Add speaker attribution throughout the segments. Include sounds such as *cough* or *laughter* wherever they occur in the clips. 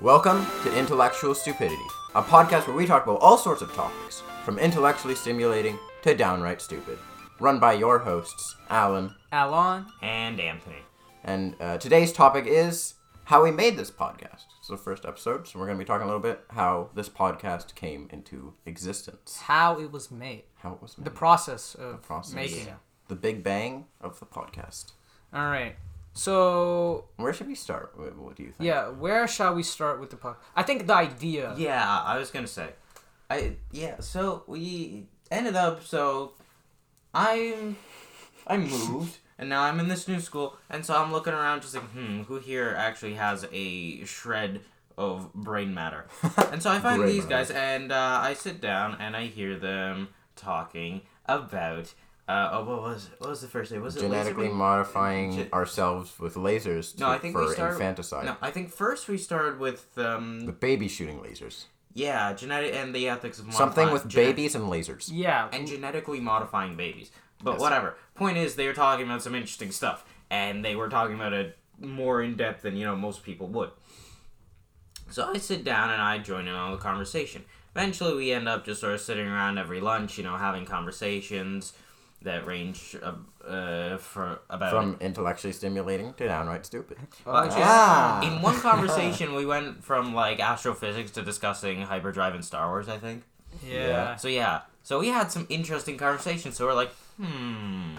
Speaker 1: Welcome to Intellectual Stupidity, a podcast where we talk about all sorts of topics, from intellectually stimulating to downright stupid. Run by your hosts, Alan.
Speaker 2: Alon.
Speaker 3: and Anthony.
Speaker 1: And uh, today's topic is how we made this podcast. It's the first episode, so we're going to be talking a little bit how this podcast came into existence,
Speaker 2: How it was made.
Speaker 1: how it was made,
Speaker 2: The process of
Speaker 1: the process,
Speaker 2: making.
Speaker 1: the big bang of the podcast.
Speaker 2: All right. So
Speaker 1: Where should we start? What what do you think?
Speaker 2: yeah, where shall we start with the podcast? I think the idea.
Speaker 3: Yeah, I was gonna say, I yeah. So we ended up. So I'm
Speaker 1: *laughs*
Speaker 3: I moved, and now I'm in this new school, and so I'm looking around, just like, hmm, who here actually has a shred of brain matter? And so I find
Speaker 1: Brain
Speaker 3: these
Speaker 1: matter.
Speaker 3: guys, and uh, I sit down, and I hear them talking about. Uh, oh, what was what was the first day? Was it laser
Speaker 1: Genetically
Speaker 3: beam?
Speaker 1: modifying
Speaker 3: Ge-
Speaker 1: ourselves with lasers to,
Speaker 3: No, I think
Speaker 1: for
Speaker 3: we started.
Speaker 1: infanticide.
Speaker 3: No, I think first we started with um,
Speaker 1: The baby shooting lasers.
Speaker 3: Yeah, genetic and the ethics of
Speaker 1: Something
Speaker 3: modifying-
Speaker 1: with
Speaker 3: genet-
Speaker 1: babies and lasers.
Speaker 2: Yeah.
Speaker 3: and genetically modifying babies. But
Speaker 1: Yes.
Speaker 3: whatever. Point is, they were talking about some interesting stuff, and they were talking about it more in depth than you know most people would. So I sit down and I join in on the conversation. Eventually, we end up just sort of sitting around every lunch, you know, having conversations that range uh, uh, for about
Speaker 1: From intellectually stimulating to downright stupid.
Speaker 2: Uh,
Speaker 3: well, actually,
Speaker 1: Ah. *laughs*
Speaker 3: in one conversation, we went from like astrophysics to discussing hyperdrive in Star Wars. I think.
Speaker 1: yeah.
Speaker 2: yeah.
Speaker 3: So yeah, so we had some interesting conversations. So we're like, hmm,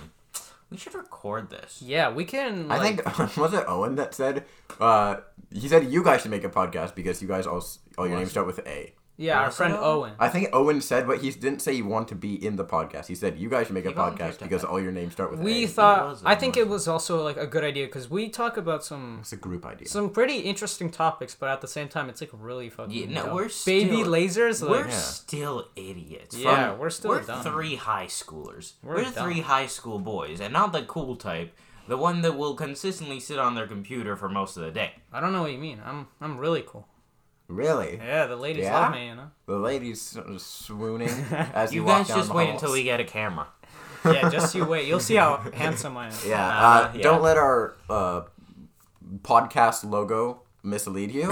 Speaker 3: we should record this.
Speaker 2: Yeah, we can.
Speaker 1: I
Speaker 2: like-
Speaker 1: think *laughs* was it Owen that said uh, he said you guys should make a podcast because you guys all s- all your
Speaker 3: Was
Speaker 1: names
Speaker 3: it?
Speaker 1: start with A.
Speaker 2: Yeah, our
Speaker 3: Was it
Speaker 2: friend
Speaker 3: Owen?
Speaker 2: Owen.
Speaker 1: I think Owen said, but he didn't say you want to be in the podcast. He said you guys should make a
Speaker 3: He volunteered
Speaker 1: podcast
Speaker 3: to
Speaker 1: because
Speaker 3: that.
Speaker 1: all your names start with
Speaker 2: We
Speaker 1: A.
Speaker 2: thought.
Speaker 3: was it?
Speaker 2: I think it was also like a good idea because we talk about some
Speaker 1: it's a group idea.
Speaker 2: some pretty interesting topics, but at the same time, it's like really fucking.
Speaker 3: Yeah, no,
Speaker 2: dumb.
Speaker 3: we're
Speaker 2: baby
Speaker 3: still-
Speaker 2: lasers. Like,
Speaker 3: We're
Speaker 1: Yeah.
Speaker 3: still idiots.
Speaker 2: Yeah, we're still
Speaker 3: We're
Speaker 2: dumb.
Speaker 3: three high schoolers.
Speaker 2: We're
Speaker 3: We're,
Speaker 2: dumb.
Speaker 3: three high school boys, and not the cool type. The one that will consistently sit on their computer for most of the day.
Speaker 2: I don't know what you mean. I'm I'm really cool.
Speaker 1: really,
Speaker 2: Yeah, the ladies
Speaker 1: Yeah?
Speaker 2: love me. You know.
Speaker 1: the ladies sort of
Speaker 3: *laughs*
Speaker 1: swooning as you,
Speaker 3: You
Speaker 1: walk
Speaker 3: guys
Speaker 1: down
Speaker 3: just
Speaker 1: the
Speaker 3: wait
Speaker 1: halls.
Speaker 3: until we get a camera.
Speaker 2: Yeah, just you wait. You'll see how handsome I am.
Speaker 1: Yeah, uh,
Speaker 3: Uh, yeah.
Speaker 1: don't let our uh, podcast logo mislead
Speaker 2: *laughs*
Speaker 1: you.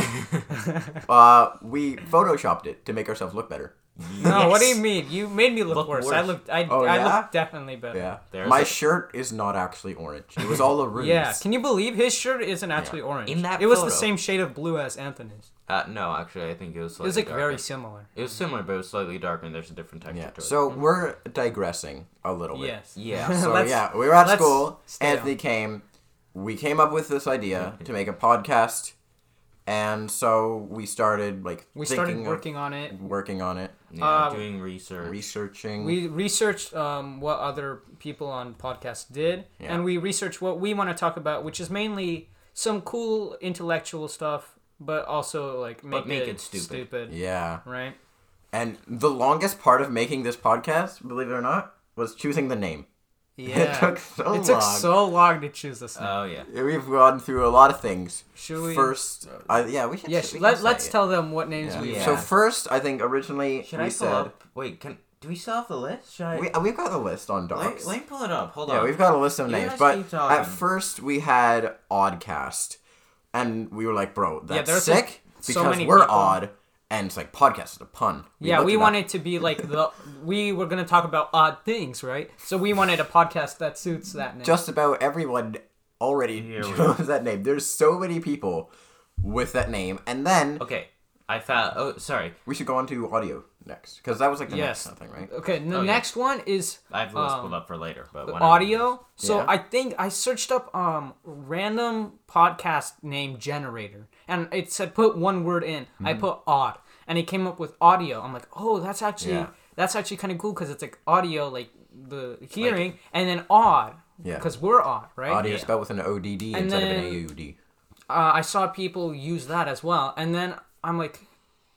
Speaker 1: uh, we photoshopped it to make ourselves look better.
Speaker 2: No, what do
Speaker 3: Yes.
Speaker 2: you mean? You made me look,
Speaker 3: Look
Speaker 2: worse. I
Speaker 3: worse.
Speaker 2: looked. I,
Speaker 1: Oh,
Speaker 2: I
Speaker 1: yeah?
Speaker 2: looked definitely better.
Speaker 1: Yeah,
Speaker 3: There's
Speaker 1: my
Speaker 3: a-
Speaker 1: shirt is not actually orange. It was all a ruse.
Speaker 2: *laughs* Yeah, Can you believe his shirt isn't actually orange?
Speaker 3: In that
Speaker 2: it was the
Speaker 3: photo-
Speaker 2: same shade of blue as Anthony's.
Speaker 3: Uh, no, actually, I think it was.
Speaker 2: It
Speaker 3: Slightly
Speaker 2: was like
Speaker 3: darker.
Speaker 2: very similar.
Speaker 3: It was similar, but it was slightly darker, and there's a different texture
Speaker 1: Yeah.
Speaker 3: to it.
Speaker 1: So we're digressing a little bit.
Speaker 2: Yes.
Speaker 1: *laughs*
Speaker 3: Yeah.
Speaker 2: *laughs*
Speaker 1: So
Speaker 2: Let's-
Speaker 1: yeah, we were at
Speaker 2: let's
Speaker 1: school.
Speaker 2: stay
Speaker 1: Anthony came. We came up with this idea to make a podcast, and so we started like
Speaker 2: We
Speaker 1: thinking
Speaker 2: started
Speaker 1: of-
Speaker 2: working on it.
Speaker 1: working on it,
Speaker 3: yeah,
Speaker 2: uh,
Speaker 3: doing research.
Speaker 1: researching.
Speaker 2: We researched um, what other people on podcasts did,
Speaker 1: Yeah.
Speaker 2: and we researched what we want to talk about, which is mainly some cool intellectual stuff, but also like make,
Speaker 3: make it stupid.
Speaker 1: yeah.
Speaker 2: Right?
Speaker 1: And the longest part of making this podcast, believe it or not, was choosing the name.
Speaker 2: Yeah.
Speaker 1: took so
Speaker 2: It took
Speaker 1: long.
Speaker 2: so long to choose this. name.
Speaker 3: oh yeah.
Speaker 1: We've gone through a lot of things.
Speaker 2: Should we-
Speaker 1: First, uh, yeah, we should. we
Speaker 2: yeah. Sh-
Speaker 1: can
Speaker 2: let,
Speaker 1: say
Speaker 2: let's
Speaker 1: it.
Speaker 2: tell them what names
Speaker 1: Yeah.
Speaker 2: we.
Speaker 3: Yeah.
Speaker 1: So first, I think originally
Speaker 3: Should
Speaker 1: we
Speaker 3: I pull
Speaker 1: said
Speaker 3: up? Wait, can do we still have the list? Should I?
Speaker 1: we uh, we've got a list on
Speaker 3: let,
Speaker 1: docs.
Speaker 3: let me pull it up. Hold
Speaker 1: yeah,
Speaker 3: on.
Speaker 1: we've got a list of
Speaker 3: You
Speaker 1: names,
Speaker 3: guys
Speaker 1: but
Speaker 3: keep talking.
Speaker 1: at first we had Oddcast, and we were like, "Bro, that's
Speaker 2: there's, like,
Speaker 1: sick,"
Speaker 2: so
Speaker 1: because
Speaker 2: many
Speaker 1: we're
Speaker 2: people.
Speaker 1: odd, and it's like podcast is a pun.
Speaker 2: yeah,
Speaker 1: looked
Speaker 2: we
Speaker 1: it up.
Speaker 2: wanted
Speaker 1: *laughs*
Speaker 2: to be like the we were gonna talk about odd things, right? So we wanted a podcast that suits that name.
Speaker 1: just about everyone already
Speaker 3: Here
Speaker 1: *laughs*
Speaker 3: we
Speaker 1: chose that name. There's so many people with that name, and then
Speaker 3: Okay, I found. Oh, sorry.
Speaker 1: we should go on to audio next because that was like the
Speaker 2: Yes. Uh,
Speaker 1: next thing, right?
Speaker 2: okay, the
Speaker 3: yeah.
Speaker 2: next one is
Speaker 3: I have the list
Speaker 2: um,
Speaker 3: pulled up for later, but whenever.
Speaker 2: audio. So
Speaker 1: Yeah.
Speaker 2: I think I searched up um random podcast name generator, and it said put one word in. I
Speaker 1: Mm-hmm.
Speaker 2: put odd, and it came up with audio. I'm like, oh, that's actually
Speaker 1: Yeah.
Speaker 2: that's actually kind of cool because it's like audio, like the hearing, and then odd.
Speaker 1: Yeah.
Speaker 2: Because we're odd, right?
Speaker 1: Audio spelled with an odd instead of
Speaker 2: then-
Speaker 1: an aud.
Speaker 2: uh, I saw people use that as well. And then I'm like,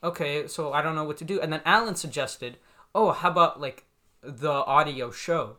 Speaker 2: okay, so I don't know what to do. And then Alan suggested, oh, how about like the audio show,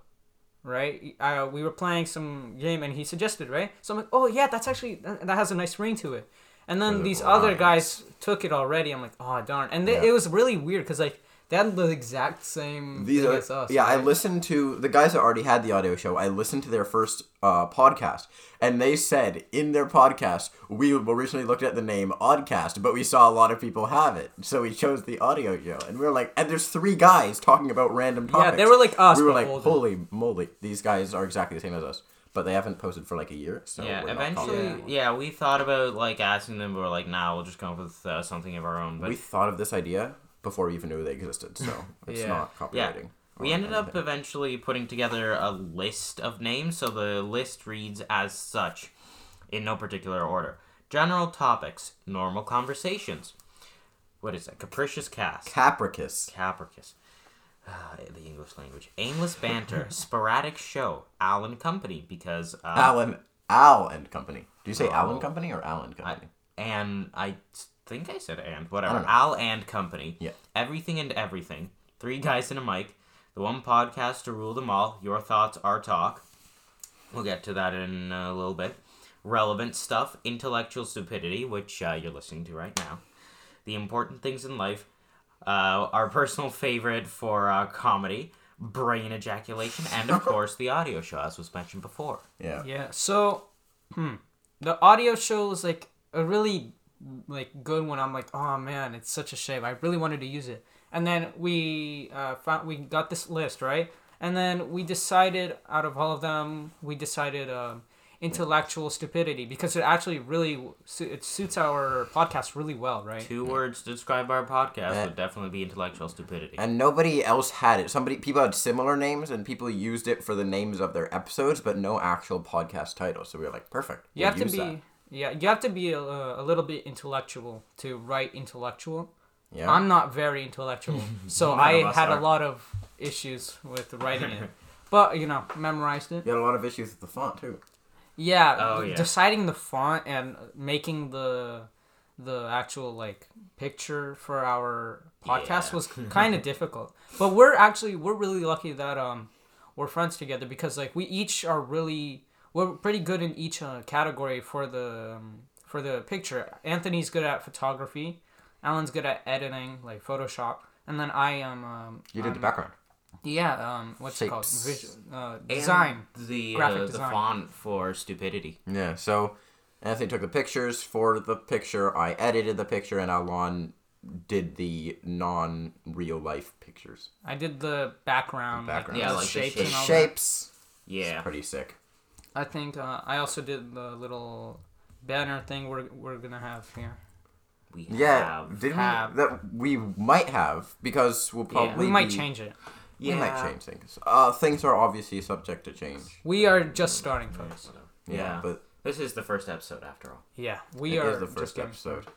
Speaker 2: right? Uh, we were playing some game and he suggested, right? So I'm like, oh, yeah, that's actually, that that has a nice ring to it. And then these other
Speaker 1: lines.
Speaker 2: guys took it already. I'm like, oh, darn. And they,
Speaker 1: Yeah.
Speaker 2: it was really weird because like They had the exact same
Speaker 1: These
Speaker 2: thing
Speaker 1: are,
Speaker 2: as us.
Speaker 1: yeah, I
Speaker 2: right?
Speaker 1: listened to the guys that already had the audio show. I listened to their first uh, podcast, and they said in their podcast we originally looked at the name Oddcast, but we saw a lot of people have it, so we chose the audio show. And we were like, and there's three guys talking about random topics.
Speaker 2: they were like us,
Speaker 1: We were
Speaker 2: but
Speaker 1: like,
Speaker 2: older.
Speaker 1: holy moly, these guys are exactly the same as us, but they haven't posted for like a year. So
Speaker 3: yeah,
Speaker 1: Oh, we're not
Speaker 3: eventually,
Speaker 1: calling
Speaker 3: yeah.
Speaker 1: them.
Speaker 3: we thought about like asking them, but we're like, nah, we'll just come up with uh, something of our own. But
Speaker 1: we thought of this idea before we even knew they existed,
Speaker 2: *laughs*
Speaker 1: so it's
Speaker 2: Yeah.
Speaker 1: not
Speaker 3: yeah,
Speaker 1: copywriting.
Speaker 3: we
Speaker 1: or
Speaker 3: ended up
Speaker 1: anything.
Speaker 3: eventually putting together a list of names, so the list reads as such, in no particular order: general topics, normal conversations. What is that? Capricious cast.
Speaker 1: Capricus.
Speaker 3: Capricus. Ah, the English language. Aimless banter, sporadic show, Allen Company, because uh,
Speaker 2: Ah.
Speaker 1: Allen Al and Company. Do you say Allen
Speaker 3: Oh.
Speaker 1: Company or Allen Company?
Speaker 3: and I think I said and
Speaker 1: I
Speaker 3: whatever.
Speaker 1: don't know.
Speaker 3: Al and Company.
Speaker 1: Yeah.
Speaker 3: Everything and everything. Three guys and a mic. The one podcast to rule them all. Your thoughts, our talk. We'll get to that in a little bit. Relevant stuff, intellectual stupidity, which uh, you're listening to right now. The important things in life. Uh, our personal favorite for uh, comedy, brain ejaculation,
Speaker 1: *laughs*
Speaker 3: and of course the audio show, as was mentioned before.
Speaker 1: yeah.
Speaker 2: Yeah. So, hmm, the audio show was like a really like good one. I'm like, oh man, it's such a shame. I really wanted to use it. And then we uh, found we got this list right, and then we decided out of all of them, we decided um, intellectual stupidity because it actually really su- it suits our podcast really well, right?
Speaker 3: Two words to describe our podcast
Speaker 1: Yeah.
Speaker 3: would definitely be intellectual stupidity.
Speaker 1: And nobody else had it. Somebody people had similar names and people used it for the names of their episodes, but no actual podcast titles. So we were like, perfect.
Speaker 2: You
Speaker 1: we'll
Speaker 2: have to
Speaker 1: use
Speaker 2: be.
Speaker 1: that.
Speaker 2: Yeah, you have to be a, a little bit intellectual to write intellectual.
Speaker 1: Yeah.
Speaker 2: I'm not very intellectual, so
Speaker 3: None of
Speaker 2: I
Speaker 3: us
Speaker 2: had
Speaker 3: are.
Speaker 2: a lot of issues with writing it. But you know, memorized it.
Speaker 1: you had a lot of issues with the font too.
Speaker 2: Yeah,
Speaker 3: Oh, yeah.
Speaker 2: deciding the font and making the the actual like picture for our podcast
Speaker 3: Yeah.
Speaker 2: was
Speaker 3: *laughs*
Speaker 2: kind of difficult. But we're actually we're really lucky that um we're friends together because like we each are really we're pretty good in each uh, category for the um, for the picture. Anthony's good at photography. Alan's good at editing, like Photoshop, and then I am um,
Speaker 1: You did
Speaker 2: I'm-
Speaker 1: the background.
Speaker 2: yeah, um, what's it called?
Speaker 1: Shapes.
Speaker 2: Visual, uh, design.
Speaker 3: And the
Speaker 2: Graphic
Speaker 3: uh,
Speaker 2: design.
Speaker 3: the font for stupidity.
Speaker 1: Yeah. So Anthony took the pictures for the picture. I edited the picture, and Alon did the non real life pictures.
Speaker 2: I did the background,
Speaker 1: The background.
Speaker 2: like,
Speaker 1: Yeah,
Speaker 2: the
Speaker 3: like the
Speaker 2: shapes
Speaker 3: shape.
Speaker 2: and all that.
Speaker 1: Shapes.
Speaker 3: Yeah,
Speaker 1: Pretty sick.
Speaker 2: I think uh, I also did the little banner thing we're, we're gonna have here.
Speaker 3: we
Speaker 1: Yeah,
Speaker 3: have.
Speaker 1: did we,
Speaker 2: have.
Speaker 1: that we might have because we'll probably
Speaker 2: We might
Speaker 1: be-
Speaker 2: change it.
Speaker 1: We might change things. Uh, things are obviously subject to change.
Speaker 2: We are just starting, folks.
Speaker 1: Yeah, but
Speaker 3: this is the first episode after all.
Speaker 2: Yeah,
Speaker 1: it
Speaker 2: we
Speaker 1: is
Speaker 2: are
Speaker 1: the
Speaker 2: just
Speaker 1: first
Speaker 2: getting-
Speaker 1: episode.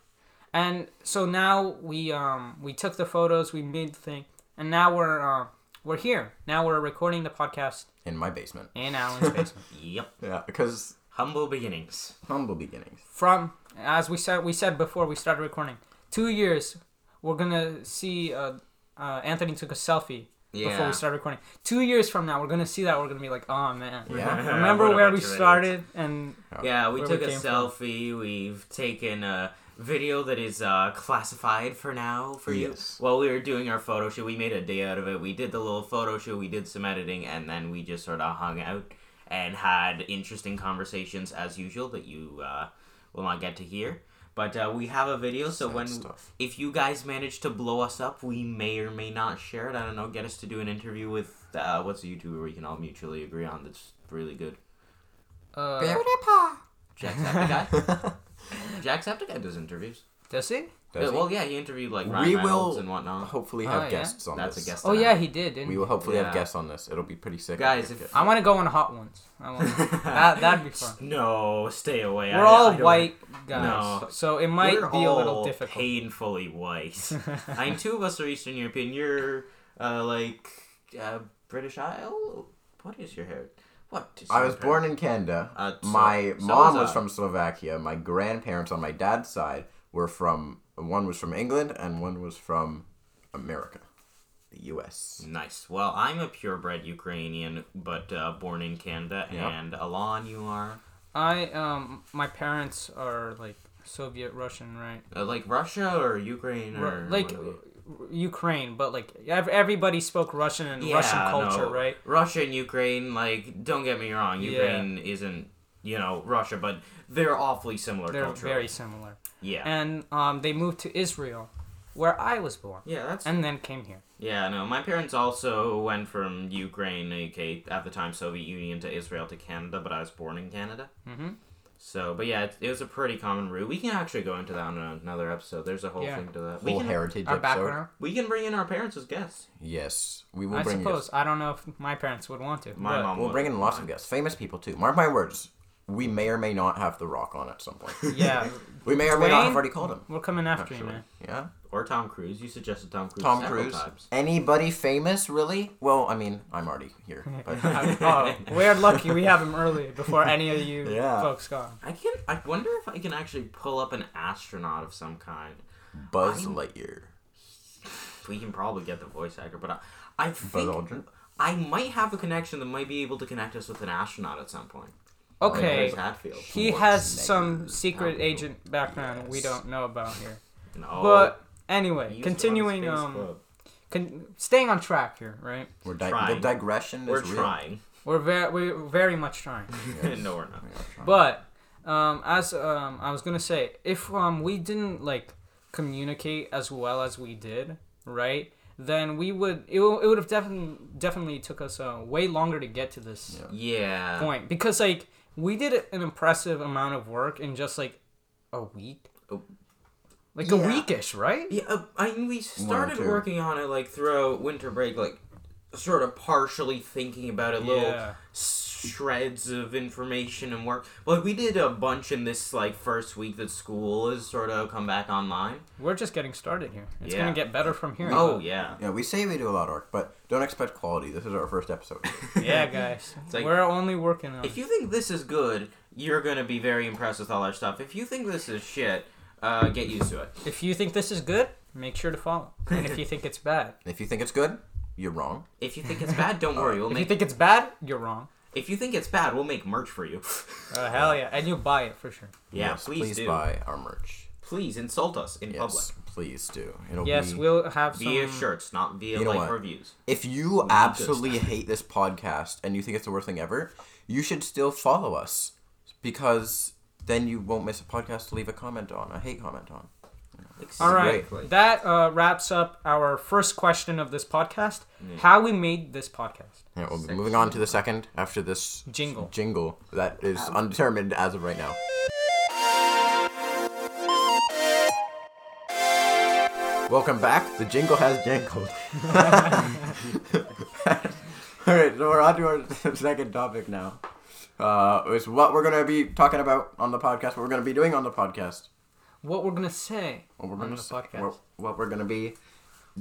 Speaker 2: And so now we um we took the photos, we made the thing, and now we're uh, we're here. Now we're recording the podcast
Speaker 1: In my basement. *laughs*
Speaker 2: in Alan's basement.
Speaker 3: Yep,
Speaker 1: Yeah, because
Speaker 3: humble beginnings.
Speaker 1: humble beginnings.
Speaker 2: From as we said we said before we started recording, two years we're gonna see. Uh, uh, Anthony took a selfie before
Speaker 3: Yeah.
Speaker 2: we started recording. Two years from now, we're gonna see that. We're gonna be like, oh man.
Speaker 1: Yeah.
Speaker 2: Remember
Speaker 3: What a
Speaker 2: where we
Speaker 3: bunch of idiots.
Speaker 2: started and
Speaker 1: Oh.
Speaker 3: Yeah, we
Speaker 2: Where we
Speaker 3: took a
Speaker 2: came from.
Speaker 3: selfie. We've taken a video that is uh, classified for now for
Speaker 1: Yes.
Speaker 3: you. While we were doing our photo shoot, we made a day out of it. We did the little photo shoot. We did some editing, and then we just sort of hung out and had interesting conversations as usual that you uh, will not get to hear. But uh, we have a video, so
Speaker 1: Sad
Speaker 3: when
Speaker 1: stuff.
Speaker 3: if you guys manage to blow us up, we may or may not share it. I don't know. Get us to do an interview with uh, what's a YouTuber we can all mutually agree on that's really good.
Speaker 2: uh,
Speaker 1: *laughs*
Speaker 3: Jacksepticeye. Jacksepticeye does interviews. Uh,
Speaker 2: does he?
Speaker 1: Does he?
Speaker 3: well, yeah, he interviewed like Ryan
Speaker 1: we
Speaker 3: Reynolds
Speaker 1: will
Speaker 3: and whatnot. *laughs*
Speaker 1: hopefully have
Speaker 2: Oh, yeah?
Speaker 1: guests on
Speaker 3: That's
Speaker 1: this.
Speaker 3: a guest.
Speaker 2: Oh
Speaker 3: tonight.
Speaker 2: yeah, he did. Didn't
Speaker 1: We
Speaker 2: he?
Speaker 1: will hopefully
Speaker 3: Yeah.
Speaker 1: have guests on this. It'll be pretty sick.
Speaker 3: Guys,
Speaker 1: if we
Speaker 3: if-
Speaker 1: get-
Speaker 2: I want to go on hot ones. I
Speaker 3: *laughs*
Speaker 2: wanna, that that'd be fun.
Speaker 3: No, stay away.
Speaker 2: We're all white guys,
Speaker 3: No.
Speaker 2: so it might
Speaker 3: We're
Speaker 2: be a little
Speaker 3: all
Speaker 2: difficult. *laughs*
Speaker 3: Painfully white. I mean, two of us are Eastern European. You're uh, like uh, British Isle. What is your hair? What? is
Speaker 1: I
Speaker 3: your
Speaker 1: was
Speaker 3: hair?
Speaker 1: born in Canada.
Speaker 3: Uh, so-
Speaker 1: my
Speaker 3: so
Speaker 1: mom
Speaker 3: was
Speaker 1: was
Speaker 3: I.
Speaker 1: from Slovakia. My grandparents on my dad's side were from one was from England and one was from America, the U.S.
Speaker 3: Nice. Well, I'm a purebred Ukrainian, but uh, born in Canada.
Speaker 1: Yeah.
Speaker 3: And Alon, you are
Speaker 2: I um, my parents are like Soviet Russian, right?
Speaker 3: uh, like Russia or Ukraine
Speaker 2: Ru-
Speaker 3: or
Speaker 2: like
Speaker 3: what are you?
Speaker 2: Ukraine, but like ev- everybody spoke Russian and Russian
Speaker 3: Yeah,
Speaker 2: culture,
Speaker 3: no.
Speaker 2: right?
Speaker 3: Russia and Ukraine, like, don't get me wrong, Ukraine isn't, you know, Russia, but they're awfully similar
Speaker 2: They're
Speaker 3: culturally.
Speaker 2: very similar.
Speaker 3: yeah.
Speaker 2: And um, they moved to Israel, where I was born,
Speaker 3: yeah, that's
Speaker 2: and then came here.
Speaker 3: yeah. No, my parents also went from Ukraine, aka at the time Soviet Union, to Israel to Canada, but I was born in Canada.
Speaker 2: Mm-hmm.
Speaker 3: So, but yeah, it, it was a pretty common route. We can actually go into that on another episode. There's a whole
Speaker 2: Yeah.
Speaker 3: thing to that. We
Speaker 1: Full
Speaker 3: can,
Speaker 1: heritage
Speaker 2: Our
Speaker 1: episode.
Speaker 2: background.
Speaker 3: we can bring in our parents as guests.
Speaker 1: Yes, we will
Speaker 2: I
Speaker 1: bring.
Speaker 2: suppose
Speaker 1: Guests.
Speaker 2: I don't know if my parents would want to.
Speaker 3: My
Speaker 2: but-
Speaker 3: mom.
Speaker 1: We'll
Speaker 3: would.
Speaker 1: bring in lots of guests, famous people too. Mark my words. We may or may not have The Rock on at some
Speaker 3: *laughs*
Speaker 1: point.
Speaker 2: *laughs* Yeah,
Speaker 1: we may or may not have
Speaker 2: Dwayne?
Speaker 1: already called him.
Speaker 2: we're coming after you,
Speaker 1: Actually,
Speaker 2: man.
Speaker 1: yeah.
Speaker 3: or Tom Cruise. You suggested Tom Cruise.
Speaker 1: Tom
Speaker 3: several
Speaker 1: Cruise.
Speaker 3: Times.
Speaker 1: Anybody famous, really? Well, I mean, I'm already here. But *laughs*
Speaker 2: *laughs* oh, we're lucky we have him early before any of you
Speaker 1: Yeah.
Speaker 2: folks gone.
Speaker 3: I can. I wonder if I can actually pull up an astronaut of some kind.
Speaker 1: Buzz Lightyear.
Speaker 3: We can probably get the voice actor, but I, I think
Speaker 1: Aldrin?
Speaker 3: I might have a connection that might be able to connect us with an astronaut at some point.
Speaker 1: Oh,
Speaker 3: Like
Speaker 2: Okay,
Speaker 3: Chris Hadfield.
Speaker 2: he has
Speaker 1: Schwarzenegger.
Speaker 2: some secret
Speaker 3: Tom
Speaker 2: agent background we
Speaker 1: Yes. Oh.
Speaker 2: don't know about here.
Speaker 3: No.
Speaker 2: But
Speaker 3: he
Speaker 2: anyway,
Speaker 3: was
Speaker 2: continuing,
Speaker 3: on Space
Speaker 2: um,
Speaker 3: Club.
Speaker 2: con- staying on track here, right?
Speaker 1: We're di-
Speaker 3: Trying.
Speaker 1: the digression
Speaker 3: we're
Speaker 1: is real.
Speaker 3: trying. *laughs*
Speaker 2: We're very, we're very much trying.
Speaker 3: no, we're not.
Speaker 1: We are trying.
Speaker 2: But um, as um, I was gonna say, if um, we didn't like communicate as well as we did, right? Then we would it, w- it would have definitely definitely took us uh, way longer to get to this
Speaker 1: Yeah.
Speaker 3: Yeah.
Speaker 2: point because like we did an impressive amount of work in just like a week,
Speaker 3: Oh.
Speaker 2: like a
Speaker 3: Yeah.
Speaker 2: weekish, right?
Speaker 3: Yeah. uh, I mean, we started
Speaker 1: two.
Speaker 3: working on it like throughout winter break, like sort of partially thinking about it, little
Speaker 2: Yeah.
Speaker 3: shreds of information and work. But we did a bunch in this like first week that school has sort of come back online.
Speaker 2: We're just getting started here. It's
Speaker 3: Yeah.
Speaker 2: gonna get better from here.
Speaker 3: Oh yeah.
Speaker 1: Yeah, we say we do a lot of work, but don't expect quality. This is our first episode.
Speaker 2: *laughs* *laughs* yeah, guys.
Speaker 3: like-
Speaker 2: We're only working on.
Speaker 3: If you think this is good, you're gonna be very impressed with all our stuff. If you think this is shit, uh, get used to it.
Speaker 2: If you think this is good, make sure to follow. And if you think it's bad,
Speaker 1: if you think it's good, you're wrong.
Speaker 3: If you think it's bad, don't worry. We'll
Speaker 2: If you
Speaker 3: make.
Speaker 2: think it's bad, you're wrong.
Speaker 3: If you think it's bad, we'll make merch for you. *laughs*
Speaker 2: Oh hell yeah, and you buy it for sure.
Speaker 3: yeah,
Speaker 1: Uh, Yes,
Speaker 3: please, do.
Speaker 1: buy our merch.
Speaker 3: Please insult us in
Speaker 1: Yes,
Speaker 3: public.
Speaker 1: please do. It'll
Speaker 2: Yes,
Speaker 1: be-
Speaker 2: we'll have some.
Speaker 3: Via shirts, not via
Speaker 1: You know
Speaker 3: like
Speaker 1: what?
Speaker 3: reviews.
Speaker 1: If you absolutely hate this podcast and you think it's the worst thing ever, you should still follow us because then you won't miss a podcast to leave a comment on, a hate comment on.
Speaker 2: All right,
Speaker 3: Exactly.
Speaker 2: that uh, wraps up our first question of this podcast: How we made this podcast?
Speaker 1: Yeah, we'll be moving on to the second after this
Speaker 2: Jingle. Um.
Speaker 1: Jingle that is undetermined as of right now. Welcome back. The jingle has jingled. *laughs* All right, so we're on to our *laughs* second topic now. Uh, it's what we're gonna be talking about on the podcast. What we're gonna be doing on the podcast.
Speaker 2: What we're gonna say
Speaker 1: What we're
Speaker 2: on
Speaker 1: gonna
Speaker 2: the
Speaker 1: s-
Speaker 2: podcast?
Speaker 1: What, what we're gonna be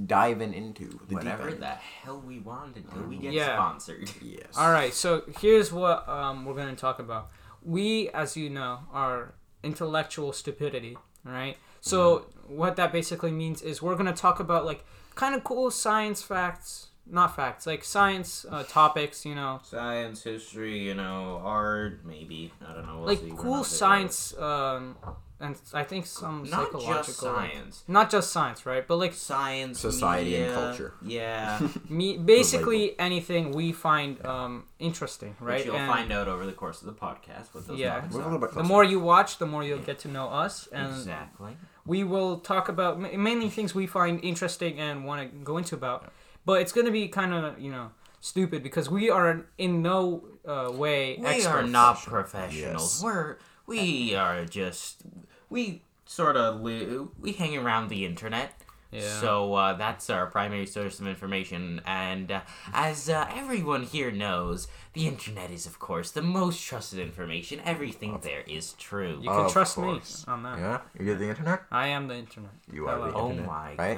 Speaker 1: diving into. the deep
Speaker 3: Whatever
Speaker 1: end.
Speaker 3: the hell we want until we get
Speaker 2: Yeah.
Speaker 3: sponsored. *laughs*
Speaker 1: Yes.
Speaker 2: All right, so here's what um, we're gonna talk about. We, as you know, are intellectual stupidity, right? So what that basically means is we're gonna talk about like kind of cool science facts, not facts, like science uh, topics, you know,
Speaker 3: Science, history, you know, art, maybe. I don't know. We'll see.
Speaker 2: like
Speaker 3: We're
Speaker 2: cool
Speaker 3: not there
Speaker 2: science um and I think some
Speaker 3: yet. Not
Speaker 2: psychological
Speaker 3: just science.
Speaker 2: not just science right but like
Speaker 3: Science,
Speaker 1: Society and
Speaker 3: media,
Speaker 1: culture.
Speaker 2: *laughs*
Speaker 3: Yeah,
Speaker 2: me basically anything we find um interesting right
Speaker 3: Which you'll
Speaker 2: and
Speaker 3: find out over the course of the podcast what those
Speaker 2: Yeah.
Speaker 3: topics
Speaker 1: Move a
Speaker 3: are.
Speaker 1: little bit
Speaker 2: the
Speaker 1: closer.
Speaker 2: more you watch the more you'll get to know us and
Speaker 3: Exactly.
Speaker 2: we will talk about ma- mainly things we find interesting and want to go into about but it's going to be kind of you know stupid because we are in no uh, way
Speaker 3: We
Speaker 2: experts.
Speaker 3: are not professionals.
Speaker 1: Yes.
Speaker 3: We're we are just we sort of li- we hang around the internet.
Speaker 2: Yeah.
Speaker 3: So uh, that's our primary source of information, and uh, as uh, everyone here knows, the internet is, of course, the most trusted information. Everything there is true.
Speaker 2: you can
Speaker 1: Of
Speaker 2: trust
Speaker 1: course.
Speaker 2: me on that
Speaker 1: Yeah, you're the internet.
Speaker 2: i am the internet
Speaker 1: You are the
Speaker 2: Hello.
Speaker 3: oh
Speaker 1: internet,
Speaker 3: my
Speaker 1: right?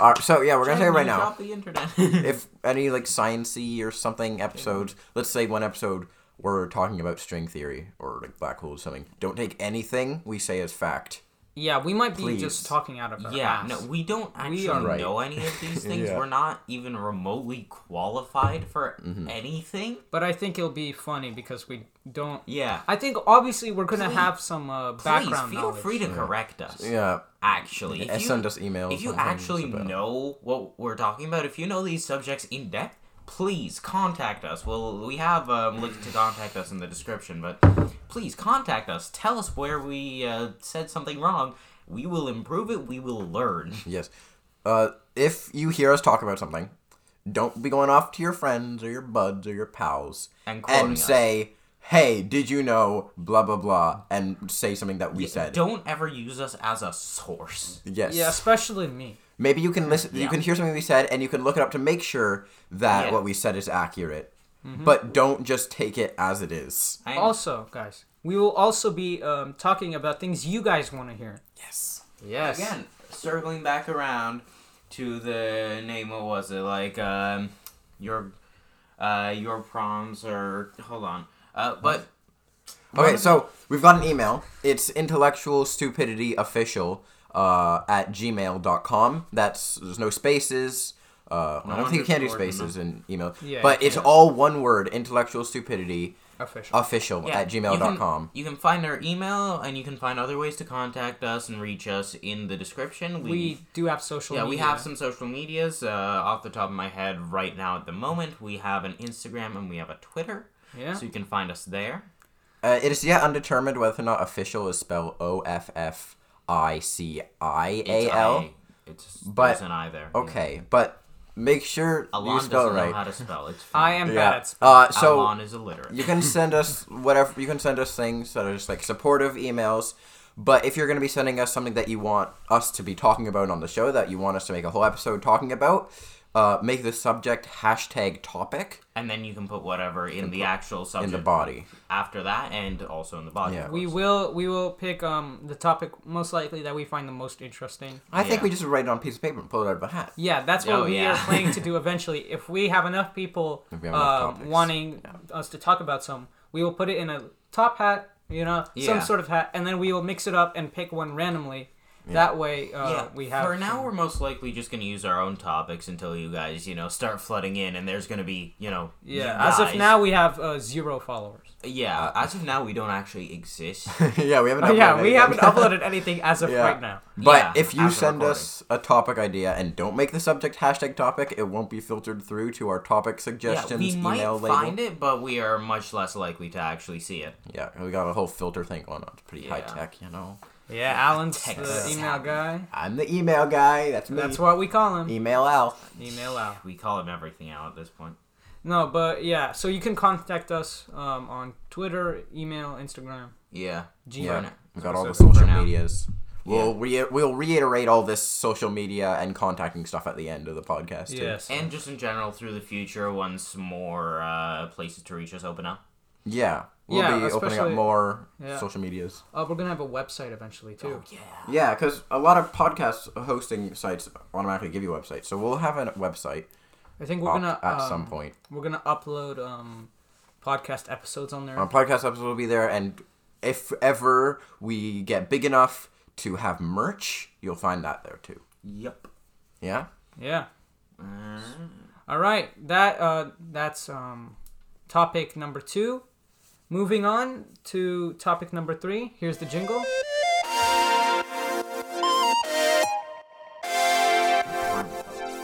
Speaker 1: *laughs* All right, so yeah, we're gonna say it right now.
Speaker 3: Drop the internet. *laughs*
Speaker 1: If any like sciency or something episodes, let's say one episode we're talking about string theory or like black holes or something, don't take anything we say as fact.
Speaker 2: Yeah, we might be
Speaker 1: Please.
Speaker 2: just talking out of our
Speaker 3: Yeah,
Speaker 2: ass.
Speaker 3: no, we don't actually
Speaker 2: are-
Speaker 1: Right.
Speaker 3: know any of
Speaker 1: *laughs*
Speaker 3: these things.
Speaker 1: Yeah.
Speaker 3: We're not even remotely qualified for
Speaker 1: Mm-hmm.
Speaker 3: anything.
Speaker 2: but I think it'll be funny because we don't.
Speaker 3: Yeah.
Speaker 2: I think obviously we're gonna
Speaker 3: Please-
Speaker 2: have some uh,
Speaker 3: Please
Speaker 2: background
Speaker 3: feel
Speaker 2: knowledge.
Speaker 3: free to correct us.
Speaker 1: Yeah.
Speaker 3: Actually, if you,
Speaker 1: send us emails.
Speaker 3: if you
Speaker 1: and things
Speaker 3: actually
Speaker 1: about-
Speaker 3: know what we're talking about, if you know these subjects in depth, please contact us. Well, we have um, links to contact us in the description, but please contact us. Tell us where we uh, said something wrong. We will improve it. We will learn.
Speaker 1: Yes. Uh, if you hear us talk about something, don't be going off to your friends or your buds or your pals
Speaker 3: And quoting us.
Speaker 1: say, "Hey, did you know?" Blah blah blah, and say something that we said.
Speaker 3: Don't ever use us as a source.
Speaker 1: Yes.
Speaker 2: Yeah, especially me.
Speaker 1: Maybe you can listen. You
Speaker 3: Yeah.
Speaker 1: can hear something we said, and you can look it up to make sure that
Speaker 3: Yeah. Mm-hmm.
Speaker 1: what we said is accurate. But don't just take it as it is.
Speaker 3: I
Speaker 2: Also, guys, we will also be um, talking about things you guys want to hear.
Speaker 1: Yes.
Speaker 2: Yes.
Speaker 3: again circling back around to the name what was it like um your uh your proms or hold on uh but
Speaker 1: Okay, so we've got an email. It's intellectualstupidityofficial uh, at gmail.com. That's there's no spaces. Uh, I don't think you can do
Speaker 3: underscore, no.
Speaker 1: spaces in email,
Speaker 2: Yeah,
Speaker 1: but
Speaker 2: you
Speaker 1: it's
Speaker 2: can't.
Speaker 1: all one word: intellectual stupidity
Speaker 2: Official.
Speaker 1: official
Speaker 3: yeah,
Speaker 1: at
Speaker 3: you can-
Speaker 1: gmail.com.
Speaker 3: you can find our email and you can find other ways to contact us and reach us in the description we,
Speaker 2: we do have social.
Speaker 3: yeah, we
Speaker 2: media.
Speaker 3: have some social medias. Uh, off the top of my head, right now at the moment, we have an Instagram and we have a Twitter.
Speaker 2: Yeah.
Speaker 3: So you can find us there.
Speaker 1: Uh, it is yet undetermined whether or not official is spelled O F F I C I A L.
Speaker 3: I- It's
Speaker 1: But-
Speaker 3: there's an I there. yeah.
Speaker 1: Okay, but make sure
Speaker 3: Alon
Speaker 1: you
Speaker 3: doesn't
Speaker 1: spell it
Speaker 3: know how
Speaker 1: right.
Speaker 3: to spell.
Speaker 1: *laughs*
Speaker 3: It's fine.
Speaker 2: I am bad
Speaker 1: Yeah.
Speaker 2: at spelling.
Speaker 1: Uh, so
Speaker 3: Alon is illiterate.
Speaker 1: you can send
Speaker 2: *laughs*
Speaker 1: us whatever you can send us things that are just like supportive emails but if you're going to be sending us something that you want us to be talking about on the show that you want us to make a whole episode talking about uh, make the subject hashtag topic
Speaker 3: and then you can put whatever in the actual
Speaker 1: in
Speaker 3: subject
Speaker 1: the body
Speaker 3: after that, and also in the body.
Speaker 1: Yeah.
Speaker 2: we will we will pick um the topic most likely that we find the most interesting.
Speaker 1: i think
Speaker 3: Yeah.
Speaker 1: we just write it on a piece of paper and pull it out of a hat
Speaker 2: *laughs* Yeah, that's what
Speaker 3: Oh,
Speaker 2: we
Speaker 3: yeah.
Speaker 2: are planning to
Speaker 1: *laughs*
Speaker 2: do eventually. If we have enough people
Speaker 1: we have enough
Speaker 2: um,
Speaker 1: topics.
Speaker 2: wanting us to talk about some, we will put it in a top hat, you know, some
Speaker 3: Yeah.
Speaker 2: sort of hat, and then we will mix it up and pick one randomly. That way, uh,
Speaker 3: Yeah,
Speaker 2: we have.
Speaker 3: for now we're most likely just going to use our own topics until you guys, you know, start flooding in, and there's going to be, you know, you
Speaker 2: yeah, as of
Speaker 3: guys.
Speaker 2: now we have uh, zero followers.
Speaker 3: yeah,
Speaker 1: Uh,
Speaker 3: as of now we don't actually
Speaker 1: *laughs*
Speaker 3: exist.
Speaker 1: yeah we haven't
Speaker 2: Oh, yeah,
Speaker 1: uploaded
Speaker 2: we
Speaker 1: it. *laughs*
Speaker 2: haven't uploaded anything as of
Speaker 1: Yeah.
Speaker 2: right now.
Speaker 1: but
Speaker 3: Yeah,
Speaker 1: if you
Speaker 3: after
Speaker 1: send us a topic idea and don't make the subject hashtag topic it won't be filtered through to our topic
Speaker 3: yeah,
Speaker 1: suggestions
Speaker 3: we might
Speaker 1: email label
Speaker 3: find it, but we are much less likely to actually see it.
Speaker 1: yeah we got a whole filter thing going on it's pretty high
Speaker 3: Yeah.
Speaker 1: tech you know
Speaker 2: Yeah, Alan's the
Speaker 3: Texas.
Speaker 2: email guy.
Speaker 1: i'm the email guy that's me
Speaker 2: That's what we call him.
Speaker 1: email al
Speaker 2: Email out.
Speaker 3: We call him everything out at this point.
Speaker 2: No, but yeah, so you can contact us um, on Twitter, email, Instagram.
Speaker 3: Yeah,
Speaker 2: Gmail.
Speaker 1: Yeah,
Speaker 3: now.
Speaker 1: we got all the
Speaker 3: So for
Speaker 1: social
Speaker 3: now.
Speaker 1: medias. We'll rea- we'll reiterate all this social media and contacting stuff at the end of the podcast. Too.
Speaker 2: Yes.
Speaker 3: and just in general through the future, once more uh, places to reach us open up.
Speaker 1: Yeah, we'll
Speaker 2: Yeah,
Speaker 1: be opening up
Speaker 2: especially-
Speaker 1: more
Speaker 2: yeah.
Speaker 1: social medias.
Speaker 2: Uh, we're gonna have a website eventually too.
Speaker 3: yeah.
Speaker 1: Oh, Yeah, because a lot of podcast hosting sites automatically give you websites, so we'll have a website
Speaker 2: I think we're gonna
Speaker 1: Oh, at
Speaker 2: um,
Speaker 1: some point.
Speaker 2: We're gonna upload um, podcast episodes on there.
Speaker 1: Our podcast episodes will be there, and if ever we get big enough to have merch, you'll find that there too.
Speaker 3: Yep.
Speaker 1: Yeah.
Speaker 2: yeah.
Speaker 3: Uh,
Speaker 1: Mm.
Speaker 2: All right. That uh, that's um, topic number two. Moving on to topic number three. Here's the jingle.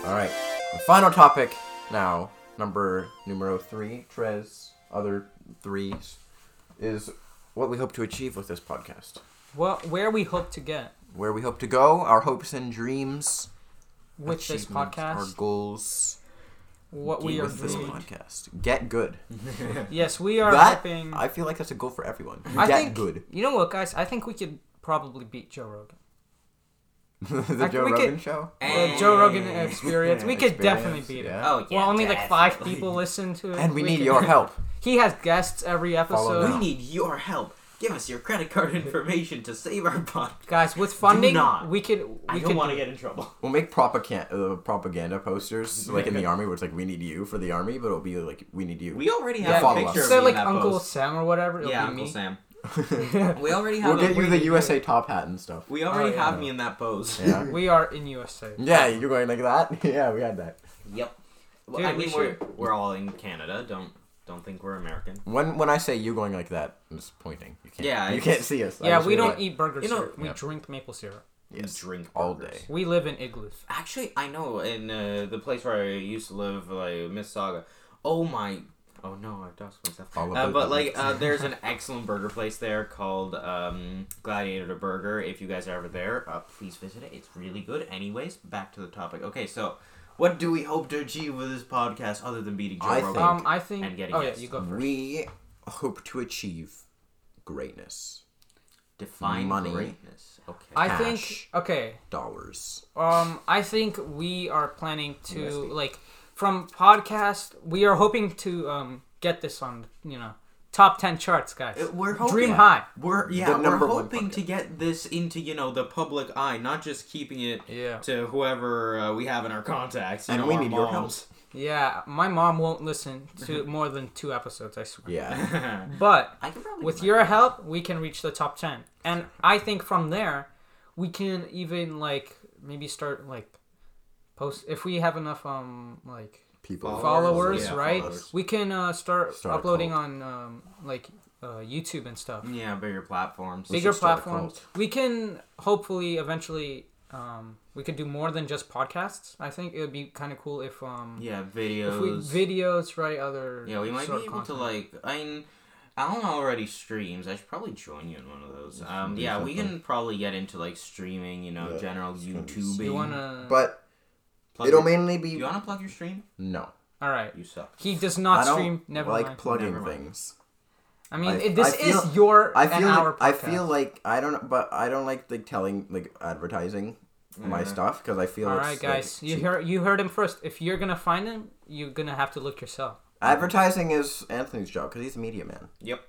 Speaker 1: All right. The final topic now, number numero three, tres, other threes, is what we hope to achieve with this podcast.
Speaker 2: What where we hope to get
Speaker 1: Where we hope to go, our hopes and dreams,
Speaker 2: with this
Speaker 1: achievements, our
Speaker 2: podcast,
Speaker 1: goals
Speaker 2: what we are
Speaker 1: with this
Speaker 2: doing.
Speaker 1: podcast. Get good.
Speaker 2: Yes, we are
Speaker 1: that
Speaker 2: hoping.
Speaker 1: I feel like that's a goal for everyone.
Speaker 2: I
Speaker 1: Get
Speaker 2: think
Speaker 1: good. *laughs*
Speaker 2: you know what, guys. I think we could probably beat Joe Rogan.
Speaker 1: the
Speaker 2: I-
Speaker 1: Joe
Speaker 2: we
Speaker 1: Rogan
Speaker 2: could-
Speaker 1: show.
Speaker 2: The Joe Rogan experience. We could definitely beat it. Oh,
Speaker 1: yeah.
Speaker 3: *laughs* Oh yeah.
Speaker 2: well, only like five
Speaker 3: definitely.
Speaker 2: people listen to it.
Speaker 1: And we need
Speaker 2: can- *laughs*
Speaker 1: your help.
Speaker 2: He has guests every
Speaker 1: Follow
Speaker 3: *laughs* We
Speaker 1: them.
Speaker 2: episode.
Speaker 3: need your help. Give us your credit card information to save our podcast.
Speaker 2: Guys, with funding,
Speaker 3: not.
Speaker 2: we could. We
Speaker 3: I
Speaker 2: could
Speaker 3: don't want to get in trouble.
Speaker 1: We'll make propaganda, uh, propaganda posters like in the army where it's like we need you for the army, but it'll be like we need you. *laughs*
Speaker 3: We already
Speaker 1: Yeah,
Speaker 3: have a
Speaker 1: follow
Speaker 3: picture
Speaker 1: us.
Speaker 3: of
Speaker 2: So
Speaker 3: me in
Speaker 2: like
Speaker 3: that
Speaker 2: Uncle
Speaker 3: post.
Speaker 2: Sam or whatever. It'll
Speaker 3: Yeah,
Speaker 2: be
Speaker 3: Uncle
Speaker 2: me.
Speaker 3: Sam.
Speaker 2: *laughs*
Speaker 3: We already have.
Speaker 1: we'll get
Speaker 3: a
Speaker 1: you the
Speaker 3: waiting-
Speaker 1: USA top hat and stuff.
Speaker 3: We already
Speaker 2: Oh, yeah.
Speaker 3: have me in that pose. *laughs*
Speaker 1: Yeah.
Speaker 2: We are in USA.
Speaker 3: Mm,
Speaker 1: Yeah, you're going like that. *laughs* Yeah, we had that.
Speaker 3: Yep. Well,
Speaker 2: Dude,
Speaker 3: I
Speaker 2: we
Speaker 3: mean, we're, we're all in Canada. Don't don't think we're American.
Speaker 1: When when I say you going like that, I'm just pointing. You can't.
Speaker 3: Yeah,
Speaker 1: you
Speaker 3: it's-
Speaker 1: can't see us. I
Speaker 2: Yeah,
Speaker 1: just
Speaker 2: we
Speaker 1: really-
Speaker 2: don't eat burger
Speaker 3: You know-
Speaker 2: syrup. We
Speaker 1: Yeah.
Speaker 2: drink maple syrup.
Speaker 3: We
Speaker 1: Yes.
Speaker 3: drink
Speaker 1: all
Speaker 3: burgers.
Speaker 1: day.
Speaker 2: We live in igloos.
Speaker 3: Actually, I know in uh, the place where I used to live, like Mississauga. Oh my! Oh no, I doused myself.
Speaker 1: All
Speaker 3: Uh,
Speaker 1: about
Speaker 3: but
Speaker 1: the
Speaker 3: like,
Speaker 1: meat.
Speaker 3: uh, there's *laughs* an excellent burger place there called um, Gladiator Burger. If you guys are ever there, uh, please visit it. It's really good. Anyways, back to the topic. Okay, so what do we hope to achieve with this podcast other than beating Joe
Speaker 1: I
Speaker 3: Rogan?
Speaker 1: think-
Speaker 2: Um, I think.
Speaker 3: And getting
Speaker 2: oh yeah,
Speaker 3: guests.
Speaker 2: you go first.
Speaker 1: We hope to achieve greatness.
Speaker 3: Define
Speaker 1: money.
Speaker 3: greatness. Okay.
Speaker 2: I
Speaker 1: Cash.
Speaker 2: think. Okay.
Speaker 1: Dollars.
Speaker 2: Um, I think we are planning to
Speaker 1: USD.
Speaker 2: like from podcast. We are hoping to um get this on you know top ten charts, guys.
Speaker 3: Uh, We're hoping,
Speaker 2: Dream high.
Speaker 3: We're yeah, we're
Speaker 1: number one
Speaker 3: hoping to get this into you know the public eye, not just keeping it
Speaker 2: Yeah.
Speaker 3: to whoever uh, we have in our contacts. You
Speaker 1: And
Speaker 3: know,
Speaker 1: we
Speaker 3: our
Speaker 1: need your
Speaker 3: *laughs* moms.
Speaker 2: Yeah, my mom won't listen to more than two episodes. I swear.
Speaker 1: Mm-hmm.
Speaker 3: *laughs*
Speaker 1: Yeah.
Speaker 2: But
Speaker 3: I can probably
Speaker 2: with
Speaker 3: do
Speaker 2: your help, we can reach the top ten, and I think from there we can even like maybe start like post if we have enough um like
Speaker 1: People.
Speaker 2: followers,
Speaker 3: Yeah,
Speaker 2: right?
Speaker 3: followers.
Speaker 2: We can uh, start,
Speaker 1: Start a
Speaker 2: uploading
Speaker 1: cult.
Speaker 2: on um, like uh, YouTube and stuff.
Speaker 3: that. yeah bigger platforms.
Speaker 2: Bigger
Speaker 1: start a
Speaker 2: platforms.
Speaker 1: cult.
Speaker 2: We can hopefully eventually um, we could do more than just podcasts. I think it would be kind of cool if um
Speaker 3: yeah
Speaker 2: if we
Speaker 3: videos.
Speaker 2: videos right other
Speaker 3: yeah, we might be
Speaker 2: sort
Speaker 3: able
Speaker 2: of
Speaker 3: to
Speaker 2: content.
Speaker 3: like. I mean, Alan already streams. I should probably join you in one of those. Um,
Speaker 1: do
Speaker 3: yeah, we
Speaker 1: something.
Speaker 3: can probably get into like streaming. You know,
Speaker 1: Yeah,
Speaker 3: general
Speaker 1: gonna be
Speaker 3: YouTubing.
Speaker 2: You wanna?
Speaker 1: But
Speaker 3: Plug
Speaker 1: it'll
Speaker 3: your-
Speaker 1: mainly
Speaker 3: Do
Speaker 1: be
Speaker 3: you wanna plug your stream?
Speaker 1: no.
Speaker 2: All right.
Speaker 3: You suck.
Speaker 2: He does
Speaker 1: I
Speaker 2: not
Speaker 1: don't
Speaker 2: stream. Never
Speaker 1: like
Speaker 2: mind.
Speaker 1: plugging
Speaker 3: Never mind.
Speaker 1: things.
Speaker 2: I mean,
Speaker 1: I-
Speaker 2: it, this
Speaker 1: I feel-
Speaker 2: is your
Speaker 1: I feel
Speaker 2: and our
Speaker 1: like,
Speaker 2: podcast.
Speaker 1: I feel like I don't but I don't like like telling like advertising my
Speaker 3: Yeah.
Speaker 1: stuff because I feel
Speaker 2: Mm-hmm. All
Speaker 1: it's
Speaker 2: right, guys.
Speaker 1: like,
Speaker 2: you
Speaker 1: cheap.
Speaker 2: heard you heard him first. If you're gonna find him, you're gonna have to look yourself.
Speaker 1: advertising is Anthony's job because he's a media man.
Speaker 3: Yep.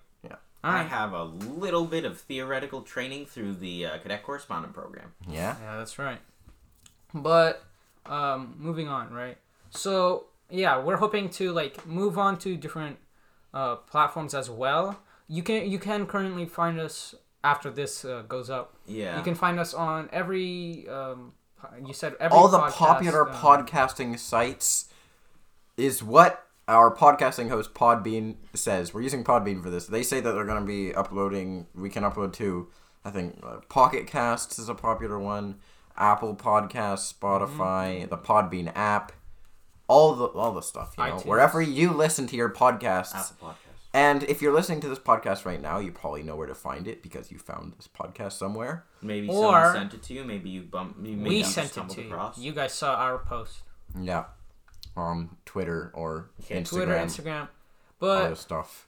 Speaker 2: All
Speaker 3: I
Speaker 2: right.
Speaker 3: have a little bit of theoretical training through the uh, cadet correspondent program.
Speaker 1: Yeah.
Speaker 2: Yeah, that's right. But um, moving on, right? So yeah, we're hoping to like move on to different uh, platforms as well. You can you can currently find us after this uh, goes up.
Speaker 3: Yeah.
Speaker 2: You can find us on every. Um, po- you said every
Speaker 1: All the
Speaker 2: podcast,
Speaker 1: popular
Speaker 2: um,
Speaker 1: podcasting sites is what our podcasting host Podbean says. We're using Podbean for this. They say that they're going to be uploading. We can upload to, I think, uh, Pocket Casts is a popular one. Apple Podcasts,
Speaker 2: Mm-hmm.
Speaker 1: Spotify, the Podbean app, all the all the stuff. You know,
Speaker 2: iTunes.
Speaker 1: wherever you listen to your podcasts.
Speaker 3: Apple Podcast.
Speaker 1: And if you're listening to this podcast right now, you probably know where to find it because you found this podcast somewhere.
Speaker 3: Maybe
Speaker 2: Or-
Speaker 3: someone sent it to you. Maybe you bump. You maybe
Speaker 2: We
Speaker 3: you
Speaker 2: sent it
Speaker 3: stumbled
Speaker 2: to you.
Speaker 3: across.
Speaker 2: You guys saw our post,
Speaker 1: Yeah. On Twitter or Instagram.
Speaker 2: Twitter, Instagram,
Speaker 1: all
Speaker 2: but
Speaker 1: this stuff.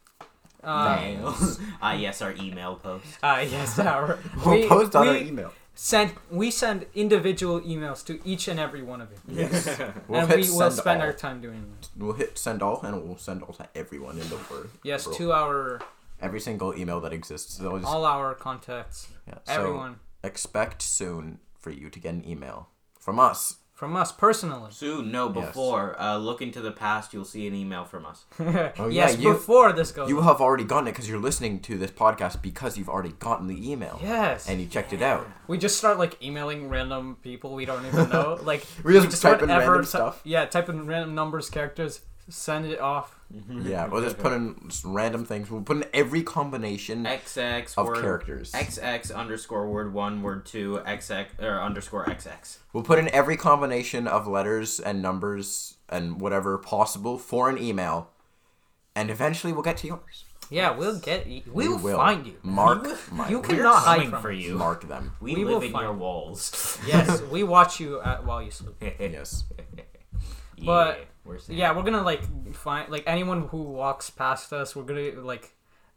Speaker 2: uh,
Speaker 3: Mails. *laughs* Ah, yes, our email post.
Speaker 2: uh, *laughs* yes, our
Speaker 1: We'll
Speaker 2: we-
Speaker 1: post e- on our
Speaker 2: we-
Speaker 1: email.
Speaker 2: send we send individual emails to each and every one of you
Speaker 1: Yes. *laughs* We'll
Speaker 2: and
Speaker 1: hit
Speaker 2: we will
Speaker 1: send
Speaker 2: spend
Speaker 1: all.
Speaker 2: our time doing that.
Speaker 1: We'll hit send all, and we'll send all to everyone in the world.
Speaker 2: yes
Speaker 1: world.
Speaker 2: to our
Speaker 1: every single email that exists. So just,
Speaker 2: all our contacts
Speaker 1: yeah. So
Speaker 2: everyone
Speaker 1: expect soon for you to get an email from us.
Speaker 2: from us personally
Speaker 3: Soon, no,
Speaker 1: Yes.
Speaker 3: before. Uh, look into the past. You'll see an email from
Speaker 2: *laughs*
Speaker 3: us.
Speaker 1: Oh
Speaker 2: yes
Speaker 1: yeah, you
Speaker 2: before this goes
Speaker 1: you
Speaker 2: up.
Speaker 1: have already gotten it because you're listening to this podcast because you've already gotten the email.
Speaker 2: yes
Speaker 1: And you checked it out.
Speaker 2: we just start like emailing random people we don't
Speaker 1: *laughs*
Speaker 2: even know like
Speaker 1: We just type in
Speaker 2: whatever
Speaker 1: random
Speaker 2: ti-
Speaker 1: stuff.
Speaker 2: yeah type in random numbers characters send it off
Speaker 1: Yeah, we'll just put in just random things. We'll put in every combination
Speaker 3: XX
Speaker 1: of
Speaker 3: word.
Speaker 1: characters.
Speaker 3: XX underscore word one word two XX or underscore XX.
Speaker 1: We'll put in every combination of letters and numbers and whatever possible for an email, and eventually we'll get to yours.
Speaker 2: yeah we'll get you
Speaker 1: We
Speaker 2: we'll
Speaker 1: will.
Speaker 2: find you
Speaker 1: Mark. my
Speaker 2: you
Speaker 1: words.
Speaker 2: cannot hide
Speaker 3: coming
Speaker 2: from
Speaker 3: for
Speaker 2: us.
Speaker 1: *laughs*
Speaker 3: you.
Speaker 1: mark them.
Speaker 3: We,
Speaker 2: We will
Speaker 3: live in
Speaker 2: find- *laughs*
Speaker 3: your walls. *laughs*
Speaker 2: yes
Speaker 1: *laughs*
Speaker 2: we watch you uh while you sleep
Speaker 1: Yes.
Speaker 3: Yeah,
Speaker 2: But-
Speaker 3: we're saying-
Speaker 2: Yeah, we're gonna like find like anyone who walks past us. We're gonna like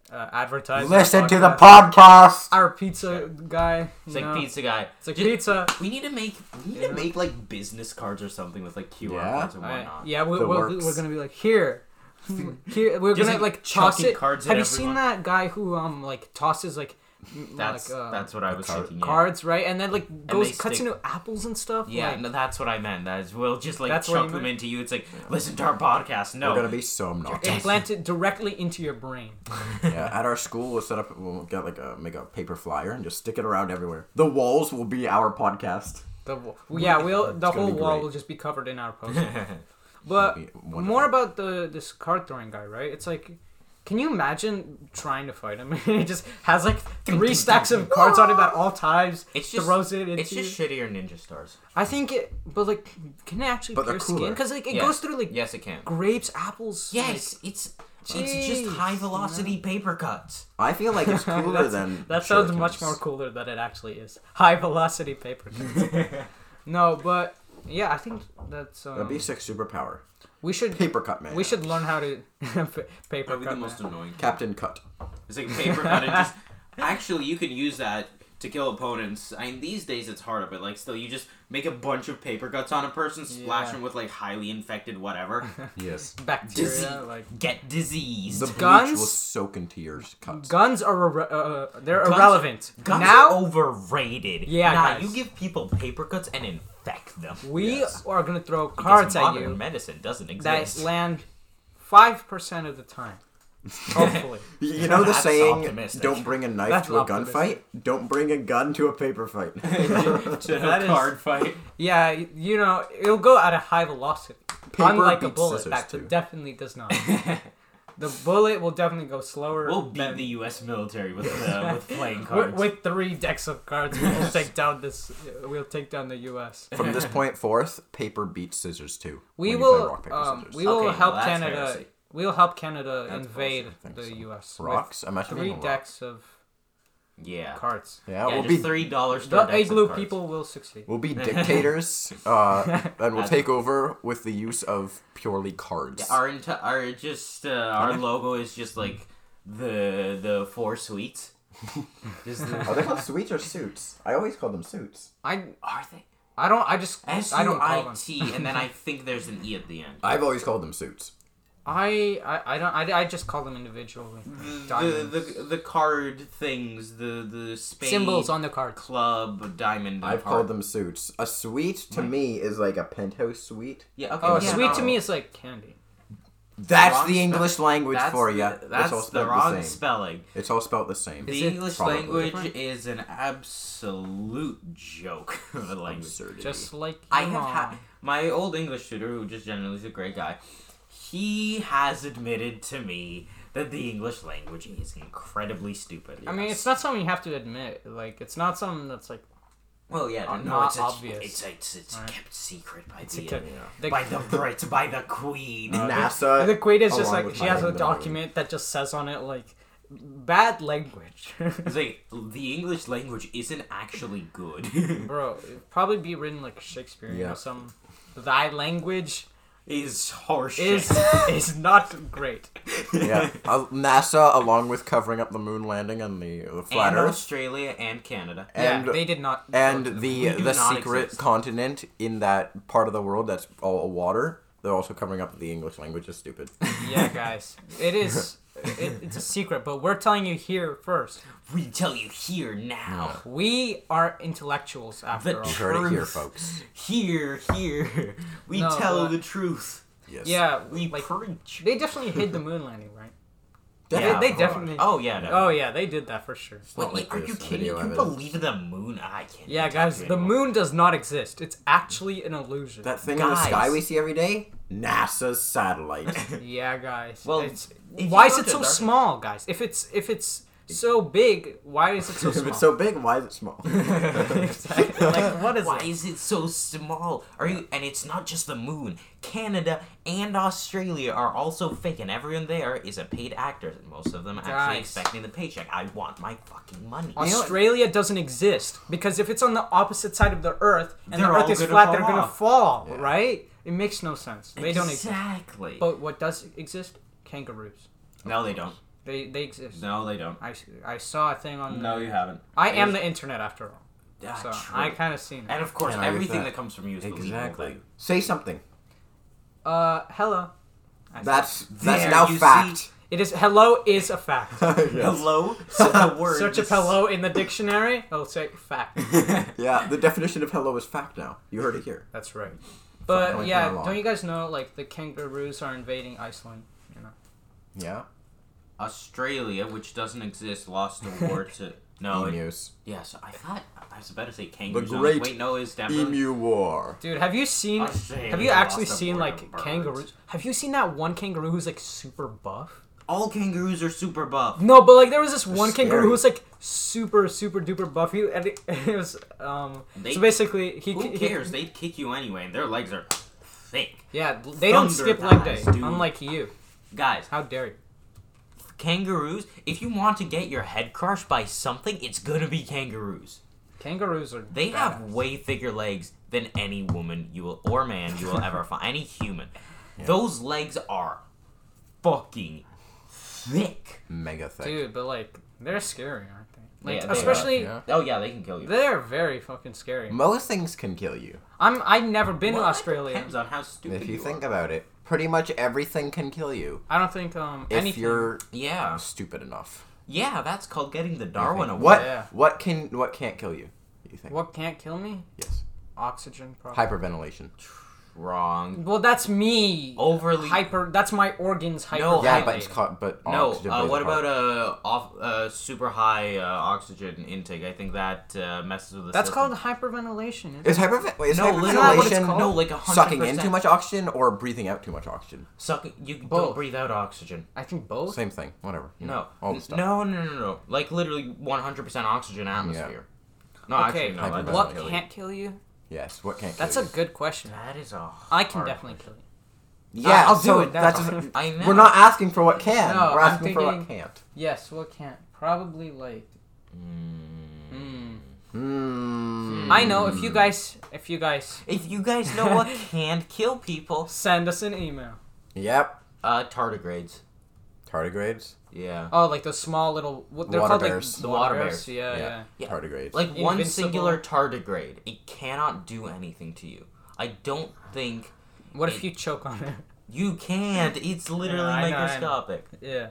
Speaker 2: uh, advertise. our
Speaker 1: Listen to the
Speaker 2: podcast.
Speaker 1: podcast.
Speaker 2: Our pizza guy.
Speaker 3: It's
Speaker 2: you
Speaker 3: like
Speaker 2: know?
Speaker 3: pizza guy.
Speaker 2: It's like
Speaker 3: Ju-
Speaker 2: pizza.
Speaker 3: We need to make we need to make like business cards or something with like QR
Speaker 1: Yeah.
Speaker 3: codes and
Speaker 2: Alright,
Speaker 3: whatnot.
Speaker 2: Yeah, we,
Speaker 1: The
Speaker 2: we're,
Speaker 1: works.
Speaker 2: we're gonna be
Speaker 1: *laughs*
Speaker 2: like here, here. We're
Speaker 3: Just,
Speaker 2: gonna
Speaker 3: like,
Speaker 2: like toss
Speaker 3: chucking
Speaker 2: it.
Speaker 3: cards at
Speaker 2: Have you seen
Speaker 3: everyone.
Speaker 2: that guy who um like tosses like
Speaker 3: That's
Speaker 2: like, uh,
Speaker 3: that's what I was
Speaker 1: card-
Speaker 3: thinking. yeah.
Speaker 2: cards, right? And then like goes
Speaker 3: they
Speaker 2: cuts
Speaker 3: stick-
Speaker 2: into apples and stuff.
Speaker 3: Yeah,
Speaker 2: like,
Speaker 3: no, that's what I meant. That is, we'll just like
Speaker 2: That's what
Speaker 3: chuck
Speaker 2: you
Speaker 3: them
Speaker 2: meant?
Speaker 3: into you. It's like listen to our podcast. No,
Speaker 1: We're gonna be so obnoxious.
Speaker 2: implanted directly into your brain.
Speaker 1: yeah, at our school, we'll set up, we'll get like a make a paper flyer and just stick it around everywhere. The walls will be our podcast.
Speaker 2: The w- yeah, we'll the
Speaker 1: gonna
Speaker 2: whole
Speaker 1: be
Speaker 2: wall
Speaker 1: great.
Speaker 2: will just be covered in our
Speaker 3: *laughs*
Speaker 2: posters. but
Speaker 1: It'll be wonderful.
Speaker 2: Uh, more about the this card throwing guy, right? It's like, can you imagine trying to fight him? *laughs* he just has like three stacks of cards on him at all times.
Speaker 3: *laughs* It's just
Speaker 2: throws it into.
Speaker 3: It's just shittier ninja stars.
Speaker 2: I think it, but like, can it actually
Speaker 1: But they're
Speaker 2: pierce skin?
Speaker 1: cooler.
Speaker 2: Because like it
Speaker 3: Yes.
Speaker 2: goes through like
Speaker 3: Yes, it can.
Speaker 2: grapes, apples.
Speaker 3: Yes, it's it's
Speaker 2: Jeez,
Speaker 3: just high velocity paper cuts.
Speaker 1: I feel like
Speaker 2: *laughs*
Speaker 1: it's cooler than.
Speaker 2: That sounds
Speaker 1: shurikens.
Speaker 2: much more cooler than it actually is. *laughs* High velocity
Speaker 3: *laughs*
Speaker 2: paper. cuts. no, but yeah, I think that's. Um,
Speaker 1: That'd be sick superpower.
Speaker 2: we
Speaker 1: *laughs*
Speaker 2: should
Speaker 1: Paper cut man.
Speaker 2: we should learn how to *laughs* paper
Speaker 3: Probably the
Speaker 2: cut.
Speaker 3: most
Speaker 2: man.
Speaker 3: annoying.
Speaker 1: Captain Cut.
Speaker 3: It's like paper cut. And just *laughs* actually, you could use that to kill opponents. I mean, these days it's harder, but like still, you just make a bunch of paper cuts on a person, splash
Speaker 2: Yeah.
Speaker 3: them with like highly infected whatever. *laughs*
Speaker 1: Yes.
Speaker 2: Bacteria,
Speaker 3: Disease.
Speaker 2: like
Speaker 3: Get diseased.
Speaker 1: The bleach will
Speaker 2: Guns?
Speaker 1: soak into your cuts.
Speaker 2: guns are irre- uh, they're
Speaker 3: Guns-
Speaker 2: irrelevant
Speaker 3: Guns
Speaker 2: now.
Speaker 3: are overrated.
Speaker 2: Yeah,
Speaker 3: nah,
Speaker 2: guys.
Speaker 3: you give people paper cuts and infect them.
Speaker 2: we
Speaker 1: Yes.
Speaker 2: are gonna throw
Speaker 3: Because
Speaker 2: cards at
Speaker 3: modern
Speaker 2: you
Speaker 3: Medicine doesn't
Speaker 2: that
Speaker 3: exist.
Speaker 2: land five percent of the
Speaker 3: *laughs*
Speaker 2: time. Hopefully,
Speaker 1: You-
Speaker 2: *laughs*
Speaker 1: You know the
Speaker 3: That's
Speaker 1: saying,
Speaker 3: optimistic.
Speaker 1: "Don't bring a knife
Speaker 2: That's
Speaker 1: to a gunfight.
Speaker 2: optimistic.
Speaker 1: Don't bring a gun to a paper fight."
Speaker 3: to
Speaker 2: That is-
Speaker 3: fight.
Speaker 2: yeah, you know it'll go at a high velocity, unlike a
Speaker 1: beats
Speaker 2: bullet
Speaker 1: scissors,
Speaker 2: that
Speaker 1: too.
Speaker 2: definitely
Speaker 1: *laughs*
Speaker 2: does not. the bullet will definitely go slower.
Speaker 3: We'll beat
Speaker 2: than-
Speaker 3: the U.S. military with
Speaker 2: *laughs*
Speaker 3: uh, with playing
Speaker 2: with,
Speaker 3: cards.
Speaker 2: with three decks of cards. *laughs* We'll take down this. uh, We'll take down the U.S.
Speaker 1: *laughs* From this point forth, paper beats scissors too.
Speaker 2: We
Speaker 1: when you play
Speaker 2: will.
Speaker 1: rock, paper,
Speaker 2: um,
Speaker 1: scissors.
Speaker 2: we will
Speaker 3: Okay, well,
Speaker 2: help
Speaker 3: that's
Speaker 2: Canada.
Speaker 3: heresy.
Speaker 2: We'll help Canada invade
Speaker 1: heresy, I think
Speaker 2: the
Speaker 1: so.
Speaker 2: U.S. with
Speaker 1: Uh, rocks. I'm actually
Speaker 2: Three
Speaker 1: thinking rock.
Speaker 2: decks of
Speaker 3: yeah.
Speaker 2: cards.
Speaker 1: Yeah,
Speaker 3: yeah,
Speaker 1: we'll
Speaker 3: just
Speaker 1: be
Speaker 3: three dollars.
Speaker 2: The igloo people will succeed. *laughs*
Speaker 1: we'll be dictators, uh, and we'll take over with the use of purely cards.
Speaker 3: Our entire, our just uh, our logo is just like the the four
Speaker 2: *laughs*
Speaker 3: sweets. Just the-
Speaker 1: Are *laughs* they called sweets or suits? I always call them suits.
Speaker 2: I
Speaker 3: are they?
Speaker 2: I don't. I just
Speaker 3: S
Speaker 2: I
Speaker 3: U
Speaker 2: don't call
Speaker 3: I
Speaker 2: them.
Speaker 3: T, and then I think there's an E at the end.
Speaker 1: I've always called them suits.
Speaker 2: *laughs* I, I I don't. I, I just call them individually.
Speaker 3: The,
Speaker 2: Diamonds.
Speaker 3: the the card things, the the spade
Speaker 2: Symbols on the cards.
Speaker 3: club diamond. and
Speaker 1: I've
Speaker 3: heart.
Speaker 1: called them suits. A suite to me is like a penthouse suite.
Speaker 3: Yeah. Okay.
Speaker 2: Oh,
Speaker 3: yeah,
Speaker 2: sweet
Speaker 3: no.
Speaker 2: to me is like candy.
Speaker 1: That's
Speaker 3: Wrong
Speaker 1: the
Speaker 3: spell-
Speaker 1: English language
Speaker 3: That's
Speaker 1: for you.
Speaker 3: the-
Speaker 1: it's all
Speaker 3: That's the
Speaker 1: spelled
Speaker 3: wrong
Speaker 1: the same.
Speaker 3: spelling.
Speaker 1: It's all spelled the same.
Speaker 2: Is
Speaker 3: The
Speaker 2: it
Speaker 3: English
Speaker 1: probably
Speaker 3: language
Speaker 2: different?
Speaker 3: is an absolute joke *laughs* of a language.
Speaker 1: Absurdity.
Speaker 2: Just like
Speaker 3: I have
Speaker 2: your
Speaker 3: had
Speaker 2: mom.
Speaker 3: my old English tutor, who just generally is a great guy. He has admitted to me that the English language is incredibly stupid.
Speaker 2: I mean, it's not something you have to admit. Like, it's not something that's like
Speaker 3: well, yeah,
Speaker 2: uh,
Speaker 3: no,
Speaker 2: not
Speaker 3: it's,
Speaker 2: obvious.
Speaker 3: It's it's, it's
Speaker 2: Right.
Speaker 3: kept secret by the
Speaker 2: secret.
Speaker 3: uh,
Speaker 2: The-
Speaker 3: by the Brits, by the Queen.
Speaker 1: NASA.
Speaker 2: the queen is just
Speaker 1: along
Speaker 2: like
Speaker 1: with
Speaker 2: she
Speaker 1: my
Speaker 2: has a
Speaker 1: own
Speaker 2: document that just says on it like bad language, *laughs*
Speaker 3: It's like the English language isn't actually
Speaker 1: *laughs*
Speaker 3: good.
Speaker 2: bro. It'd probably be written like Shakespeare
Speaker 1: Yeah.
Speaker 2: or some. Thy language
Speaker 3: is harsh.
Speaker 2: is
Speaker 3: *laughs*
Speaker 2: *laughs* is not great.
Speaker 1: language. yeah, uh, NASA along with covering up the moon landing and the, the flat
Speaker 3: and
Speaker 1: Earth
Speaker 3: Australia and Canada.
Speaker 1: and
Speaker 2: yeah, they did not.
Speaker 1: and the
Speaker 3: do
Speaker 1: the
Speaker 3: not
Speaker 1: secret
Speaker 3: exist.
Speaker 1: continent in that part of the world that's all water. They're also covering up the English language is
Speaker 3: *laughs*
Speaker 1: stupid.
Speaker 2: yeah, guys, it is. It, it's a secret, but we're telling you here first.
Speaker 3: We tell you here now.
Speaker 2: We are intellectuals after
Speaker 3: The
Speaker 2: all.
Speaker 1: You Heard it here,
Speaker 3: Truth.
Speaker 1: folks.
Speaker 3: Here, here. We
Speaker 2: No,
Speaker 3: tell
Speaker 2: but-
Speaker 3: the truth.
Speaker 1: Yes.
Speaker 2: Yeah,
Speaker 3: We
Speaker 2: like
Speaker 3: preach.
Speaker 2: they definitely hid the moon landing, right?
Speaker 3: Yeah,
Speaker 2: they,
Speaker 3: of
Speaker 2: they
Speaker 3: course.
Speaker 2: definitely.
Speaker 3: Oh yeah. No.
Speaker 2: Oh yeah, they did that for sure.
Speaker 3: Wait,
Speaker 1: not like
Speaker 3: are
Speaker 1: there's
Speaker 3: you
Speaker 1: some
Speaker 3: kidding?
Speaker 1: video
Speaker 3: You
Speaker 1: evidence.
Speaker 3: believe the moon? I can't.
Speaker 2: Yeah,
Speaker 3: even
Speaker 2: guys,
Speaker 3: talk to
Speaker 2: the
Speaker 3: you
Speaker 2: moon does not exist. It's actually an illusion.
Speaker 1: That thing in the
Speaker 3: Guys.
Speaker 1: sky we see every day, NASA's satellite. *laughs*
Speaker 2: yeah, guys.
Speaker 3: Well,
Speaker 2: it's,
Speaker 3: if you
Speaker 2: why
Speaker 3: go
Speaker 2: is it
Speaker 3: to
Speaker 2: so
Speaker 3: dark-
Speaker 2: small, guys? If it's if it's so big, why is
Speaker 3: *laughs*
Speaker 2: it so
Speaker 1: if
Speaker 2: small?
Speaker 1: it's so big, why is it small? *laughs*
Speaker 2: Exactly. *laughs* like what is
Speaker 3: Why
Speaker 2: it?
Speaker 3: is it so small? Are you? And it's not just the moon. Canada and Australia are also fake, and everyone there is a paid actor. and Most of them actually
Speaker 2: Guys.
Speaker 3: expecting the paycheck. I want my fucking money.
Speaker 2: Australia doesn't exist because if it's on the opposite side of the Earth and
Speaker 3: They're
Speaker 2: the Earth
Speaker 3: all
Speaker 2: is
Speaker 3: gonna
Speaker 2: flat,
Speaker 3: fall
Speaker 2: they're gonna
Speaker 3: off.
Speaker 2: fall, right? It makes no sense. They don't exist.
Speaker 3: exactly.
Speaker 2: But what does exist? Kangaroos.
Speaker 3: No, they don't.
Speaker 2: They they exist.
Speaker 3: No, they don't.
Speaker 2: I, I saw a thing on.
Speaker 3: No, you haven't.
Speaker 2: I am
Speaker 3: It
Speaker 2: the internet after all,
Speaker 3: is- Ah,
Speaker 2: so
Speaker 3: true.
Speaker 2: I kind of seen it.
Speaker 3: And of course,
Speaker 1: Can I use
Speaker 3: everything
Speaker 1: that?
Speaker 3: that? comes from you is believable.
Speaker 1: Say something.
Speaker 2: Uh, hello. I said-
Speaker 1: That's that's
Speaker 3: There,
Speaker 1: now
Speaker 3: you
Speaker 1: fact. *laughs*
Speaker 3: see-
Speaker 2: It is hello is a fact. *laughs*
Speaker 3: Hello? So the word.
Speaker 2: Search up
Speaker 3: is- *laughs*
Speaker 2: hello in the dictionary. I'll say fact.
Speaker 1: *laughs* Yeah, the definition of hello is fact now. You heard it here.
Speaker 2: That's right.
Speaker 1: Fucking
Speaker 2: But
Speaker 1: like
Speaker 2: yeah,
Speaker 1: dialogue.
Speaker 2: don't you guys know like the kangaroos are invading Iceland? You know.
Speaker 1: Yeah.
Speaker 3: Australia, which doesn't exist, lost a
Speaker 2: *laughs*
Speaker 3: war to. No, it,
Speaker 1: Emus.
Speaker 3: yes, I thought I was about to say kangaroos.
Speaker 1: The
Speaker 3: I was like,
Speaker 1: Great
Speaker 3: Wait, no, it's definitely
Speaker 1: Emu war.
Speaker 2: Dude, have you seen?
Speaker 3: I say
Speaker 2: Have
Speaker 3: we
Speaker 2: you
Speaker 3: lost
Speaker 2: actually
Speaker 3: the
Speaker 2: seen
Speaker 3: war
Speaker 2: like
Speaker 3: on birds.
Speaker 2: kangaroos? Have you seen that one kangaroo who's like super buff?
Speaker 3: all kangaroos are super
Speaker 2: *laughs*
Speaker 3: buff.
Speaker 2: No, but like there was this one
Speaker 1: scary.
Speaker 2: kangaroo who was like super super duper buff. He and it, *laughs* it was um.
Speaker 3: They-
Speaker 2: so basically, he
Speaker 3: Who
Speaker 2: he-
Speaker 3: cares? They'd kick you anyway, and their legs are thick.
Speaker 2: yeah, they don't
Speaker 3: Thunder
Speaker 2: skip leg day,
Speaker 3: thighs, dude.
Speaker 2: unlike you.
Speaker 3: Guys,
Speaker 2: How dare you?
Speaker 3: kangaroos. If you want to get your head crushed by something, it's gonna be kangaroos.
Speaker 2: Kangaroos are.
Speaker 3: They have
Speaker 2: badass.
Speaker 3: way thicker legs than any woman you will or man you will ever find. Any
Speaker 1: *laughs*
Speaker 3: human. Those legs are fucking thick.
Speaker 1: Mega thick.
Speaker 2: Dude, but like they're scary, aren't they? Like
Speaker 3: Yeah, they are,
Speaker 2: especially
Speaker 1: yeah.
Speaker 3: Oh yeah, they can kill you.
Speaker 2: they're very fucking scary.
Speaker 1: Most things can kill you.
Speaker 2: I'm I've never been
Speaker 3: Well,
Speaker 2: to
Speaker 3: it
Speaker 2: Australia.
Speaker 3: Depends on how stupid
Speaker 1: If you think
Speaker 3: are.
Speaker 1: about it, pretty much everything can kill you
Speaker 2: I don't think um
Speaker 1: if
Speaker 2: anything.
Speaker 1: you're
Speaker 3: Yeah,
Speaker 1: stupid enough.
Speaker 3: yeah, that's called getting the
Speaker 1: I
Speaker 3: Oh. Darwin
Speaker 1: think.
Speaker 3: Award.
Speaker 1: What?
Speaker 2: Yeah.
Speaker 1: What can? What can't kill you? You think?
Speaker 2: What can't kill me?
Speaker 1: Yes.
Speaker 2: Oxygen problem.
Speaker 1: Hyperventilation.
Speaker 3: Wrong.
Speaker 2: Well, that's me.
Speaker 3: Overly.
Speaker 2: Hyper. That's my organs. Hyper.
Speaker 3: No,
Speaker 1: Yeah,
Speaker 3: Hyperventilating.
Speaker 1: but it's caught. But
Speaker 3: Oh, no.
Speaker 1: oxygen
Speaker 3: Uh,
Speaker 1: plays
Speaker 3: what
Speaker 1: a part.
Speaker 3: about uh, off, uh, super high uh, oxygen intake? I think that uh, messes with the.
Speaker 2: that's
Speaker 3: system.
Speaker 2: called hyperventilation. Isn't
Speaker 1: Is
Speaker 2: it?
Speaker 1: hyperven- wait, is
Speaker 3: No, literally, that's what it's
Speaker 1: hyperventilation
Speaker 3: called. No, like 100%.
Speaker 1: sucking in too much oxygen or breathing out too much oxygen?
Speaker 3: Sucking. You
Speaker 2: Both.
Speaker 3: don't breathe out oxygen.
Speaker 2: I think both.
Speaker 1: Same thing. Whatever. You
Speaker 3: No.
Speaker 1: know, all the stuff.
Speaker 3: No, no, no, no. Like literally 100% oxygen atmosphere. No,
Speaker 2: okay.
Speaker 3: actually, no.
Speaker 2: what
Speaker 3: that doesn't kill you.
Speaker 2: can't kill you?
Speaker 1: Yes. What can't?
Speaker 2: That's
Speaker 1: kill
Speaker 2: a
Speaker 1: you?
Speaker 2: good question.
Speaker 3: That is a.
Speaker 2: I can
Speaker 3: hard
Speaker 2: definitely
Speaker 3: question.
Speaker 2: kill you.
Speaker 1: Yeah.
Speaker 2: I'll do
Speaker 1: so
Speaker 2: it,
Speaker 1: that's.
Speaker 2: that's- *laughs*
Speaker 1: just-
Speaker 3: I know.
Speaker 1: we're not asking for what can.
Speaker 2: No,
Speaker 1: we're
Speaker 2: I'm
Speaker 1: asking for what
Speaker 2: thinking-
Speaker 1: can't.
Speaker 2: Yes. What can't? Probably like. Mm.
Speaker 1: Hmm.
Speaker 2: I know. If you guys, if you guys
Speaker 3: If you guys know *laughs* what can't kill people,
Speaker 2: send us an email.
Speaker 1: Yep.
Speaker 3: uh, tardigrades.
Speaker 1: Tardigrades.
Speaker 3: Yeah.
Speaker 2: Oh, like those small little. What, they're
Speaker 1: Water
Speaker 2: called
Speaker 1: bears.
Speaker 2: like
Speaker 3: The
Speaker 2: the
Speaker 3: water
Speaker 2: water bears.
Speaker 3: bears.
Speaker 2: Yeah, yeah.
Speaker 3: Yeah.
Speaker 1: Tardigrades.
Speaker 3: Like one
Speaker 2: Invincible.
Speaker 3: singular tardigrade, it cannot do anything to you. I don't think
Speaker 2: What if you choke on it? *laughs*
Speaker 3: you can't. It's literally
Speaker 2: Yeah, I know, I know.
Speaker 3: microscopic.
Speaker 2: yeah.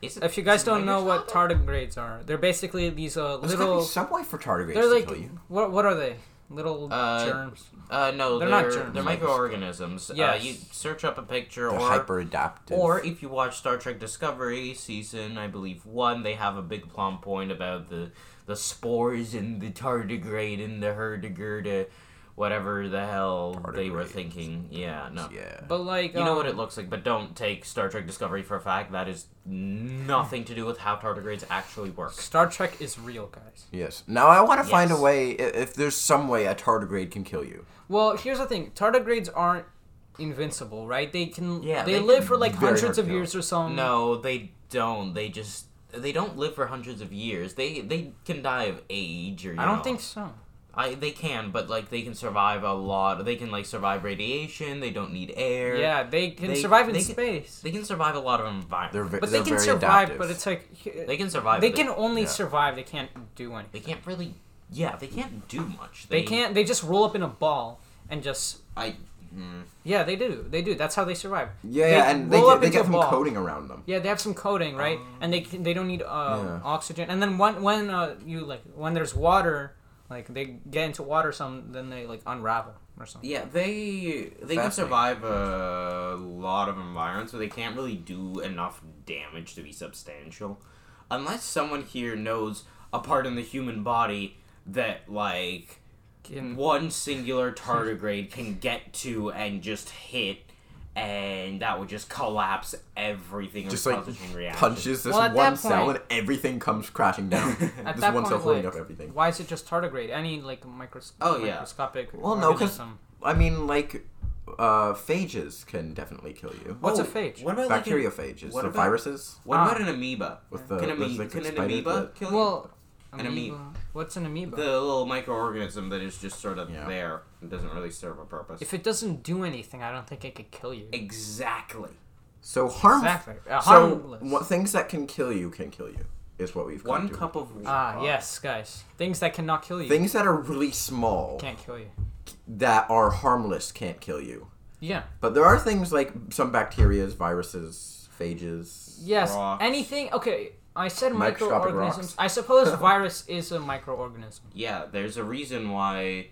Speaker 3: Is it-
Speaker 2: If you guys
Speaker 3: is it
Speaker 2: don't know what
Speaker 3: microscopic?
Speaker 2: tardigrades are, they're basically these uh,
Speaker 1: There's gotta be
Speaker 2: little.
Speaker 1: Subway for tardigrades.
Speaker 2: They're
Speaker 1: to
Speaker 2: like
Speaker 1: kill you.
Speaker 2: what? What are they? Little
Speaker 3: Uh,
Speaker 2: germs.
Speaker 3: uh, no, they're,
Speaker 2: They're not
Speaker 3: they're,
Speaker 2: germs.
Speaker 3: microorganisms. Yeah, uh,
Speaker 2: Yes.
Speaker 3: you search up a picture
Speaker 1: They're
Speaker 3: or
Speaker 1: hyper adaptive.
Speaker 3: Or if you watch Star Trek Discovery season, I believe one, they have a big plot point about the the spores and the tardigrade and the herdigirda, whatever the hell they were
Speaker 1: Tardigrades.
Speaker 3: thinking. Yeah, no.
Speaker 1: yeah.
Speaker 2: But like
Speaker 3: You know
Speaker 2: um,
Speaker 3: what it looks like, but don't take Star Trek Discovery for a fact. That is nothing to do with how tardigrades actually work.
Speaker 2: Star Trek is real, guys.
Speaker 1: Yes. Now I want to find a
Speaker 3: Yes.
Speaker 1: way. i- If there's some way a tardigrade can kill you.
Speaker 2: Well, here's the thing: tardigrades aren't invincible, right? They can.
Speaker 3: Yeah,
Speaker 2: They,
Speaker 3: they
Speaker 2: live
Speaker 3: can
Speaker 2: for like
Speaker 1: very hard
Speaker 2: hundreds
Speaker 1: to
Speaker 2: of
Speaker 1: kill.
Speaker 2: years or so.
Speaker 3: No, they don't. They just they don't live for hundreds of years. They they can die of age or you
Speaker 2: I don't
Speaker 3: know.
Speaker 2: think so.
Speaker 3: I they can, but like they can survive a lot. They can like survive radiation. They don't need air.
Speaker 2: Yeah, they can
Speaker 3: They-
Speaker 2: survive in
Speaker 3: they can-
Speaker 2: space.
Speaker 3: They can survive a lot of environment.
Speaker 1: They're ve-
Speaker 2: but
Speaker 1: they're
Speaker 2: they can
Speaker 1: very
Speaker 2: survive.
Speaker 1: adaptive.
Speaker 2: But it's like
Speaker 3: they can survive.
Speaker 2: they
Speaker 3: but
Speaker 2: can only
Speaker 1: yeah.
Speaker 2: survive. They can't do anything.
Speaker 3: They can't really. Yeah, they can't do much.
Speaker 2: They can't. They just roll up in a ball and just.
Speaker 3: I. mm.
Speaker 2: Yeah, they do. They do. That's how they survive.
Speaker 1: yeah,
Speaker 2: They
Speaker 1: yeah, and they,
Speaker 2: roll
Speaker 1: get-
Speaker 2: up
Speaker 1: they
Speaker 2: into
Speaker 1: get
Speaker 2: a
Speaker 1: some
Speaker 2: ball.
Speaker 1: coating around them.
Speaker 2: Yeah, they have some coating, right? and they can, they don't need um,
Speaker 1: Um, Yeah.
Speaker 2: oxygen. And then when when uh, you like when there's water, like they get into water, some then they like unravel or something.
Speaker 3: Yeah, they they
Speaker 1: Fascinating.
Speaker 3: can survive a lot of environments, but they can't really do enough damage to be substantial, unless someone here knows a part in the human body that like
Speaker 2: Can-
Speaker 3: one singular tardigrade can get to and just hit, and that would just collapse everything. in
Speaker 1: Just
Speaker 3: a
Speaker 1: like
Speaker 3: cosmic reaction.
Speaker 1: punches this
Speaker 2: Well, at
Speaker 1: one
Speaker 2: that
Speaker 1: cell
Speaker 2: point-
Speaker 1: and everything comes crashing
Speaker 2: *laughs*
Speaker 1: down.
Speaker 2: At
Speaker 1: this
Speaker 2: that
Speaker 1: one
Speaker 2: point,
Speaker 1: cell holding
Speaker 2: like,
Speaker 1: up everything.
Speaker 2: Why is it just tardigrade? Any like micros-
Speaker 3: Oh, yeah.
Speaker 2: microscopic
Speaker 1: Well, no, 'cause-
Speaker 2: organism.
Speaker 1: I mean, like, uh, phages can definitely kill you.
Speaker 2: What's
Speaker 3: Oh,
Speaker 2: a phage?
Speaker 3: What about like, an-
Speaker 1: Bacteriophages,
Speaker 3: what
Speaker 1: the
Speaker 3: about-
Speaker 1: viruses
Speaker 3: what
Speaker 2: Ah.
Speaker 3: about an amoeba?
Speaker 1: with the
Speaker 3: can
Speaker 1: those,
Speaker 3: amoe-
Speaker 1: like,
Speaker 3: can an
Speaker 1: spider-
Speaker 3: amoeba
Speaker 1: the-
Speaker 3: kill you?
Speaker 2: Well,
Speaker 3: An amoeba.
Speaker 2: What's an amoeba?
Speaker 3: the little microorganism that is just sort of
Speaker 1: Yeah.
Speaker 3: there and doesn't really serve a purpose.
Speaker 2: if it doesn't do anything, I don't think it could kill you.
Speaker 3: exactly.
Speaker 1: so harm.
Speaker 2: Exactly. Uh,
Speaker 1: So
Speaker 2: harmless.
Speaker 1: what things that can kill you can kill you is what we've come
Speaker 3: One
Speaker 1: to.
Speaker 3: cup of water.
Speaker 2: Ah, yes, guys. Things that cannot kill you
Speaker 1: Things that are really small
Speaker 2: can't kill you.
Speaker 1: that are harmless can't kill you.
Speaker 2: Yeah.
Speaker 1: But there are things like some bacterias, viruses, phages.
Speaker 2: Yes.
Speaker 3: Rocks.
Speaker 2: Anything. Okay. I said
Speaker 1: Microscopic
Speaker 2: microorganisms.
Speaker 1: rocks.
Speaker 2: I suppose virus is a microorganism.
Speaker 3: Yeah, there's a reason why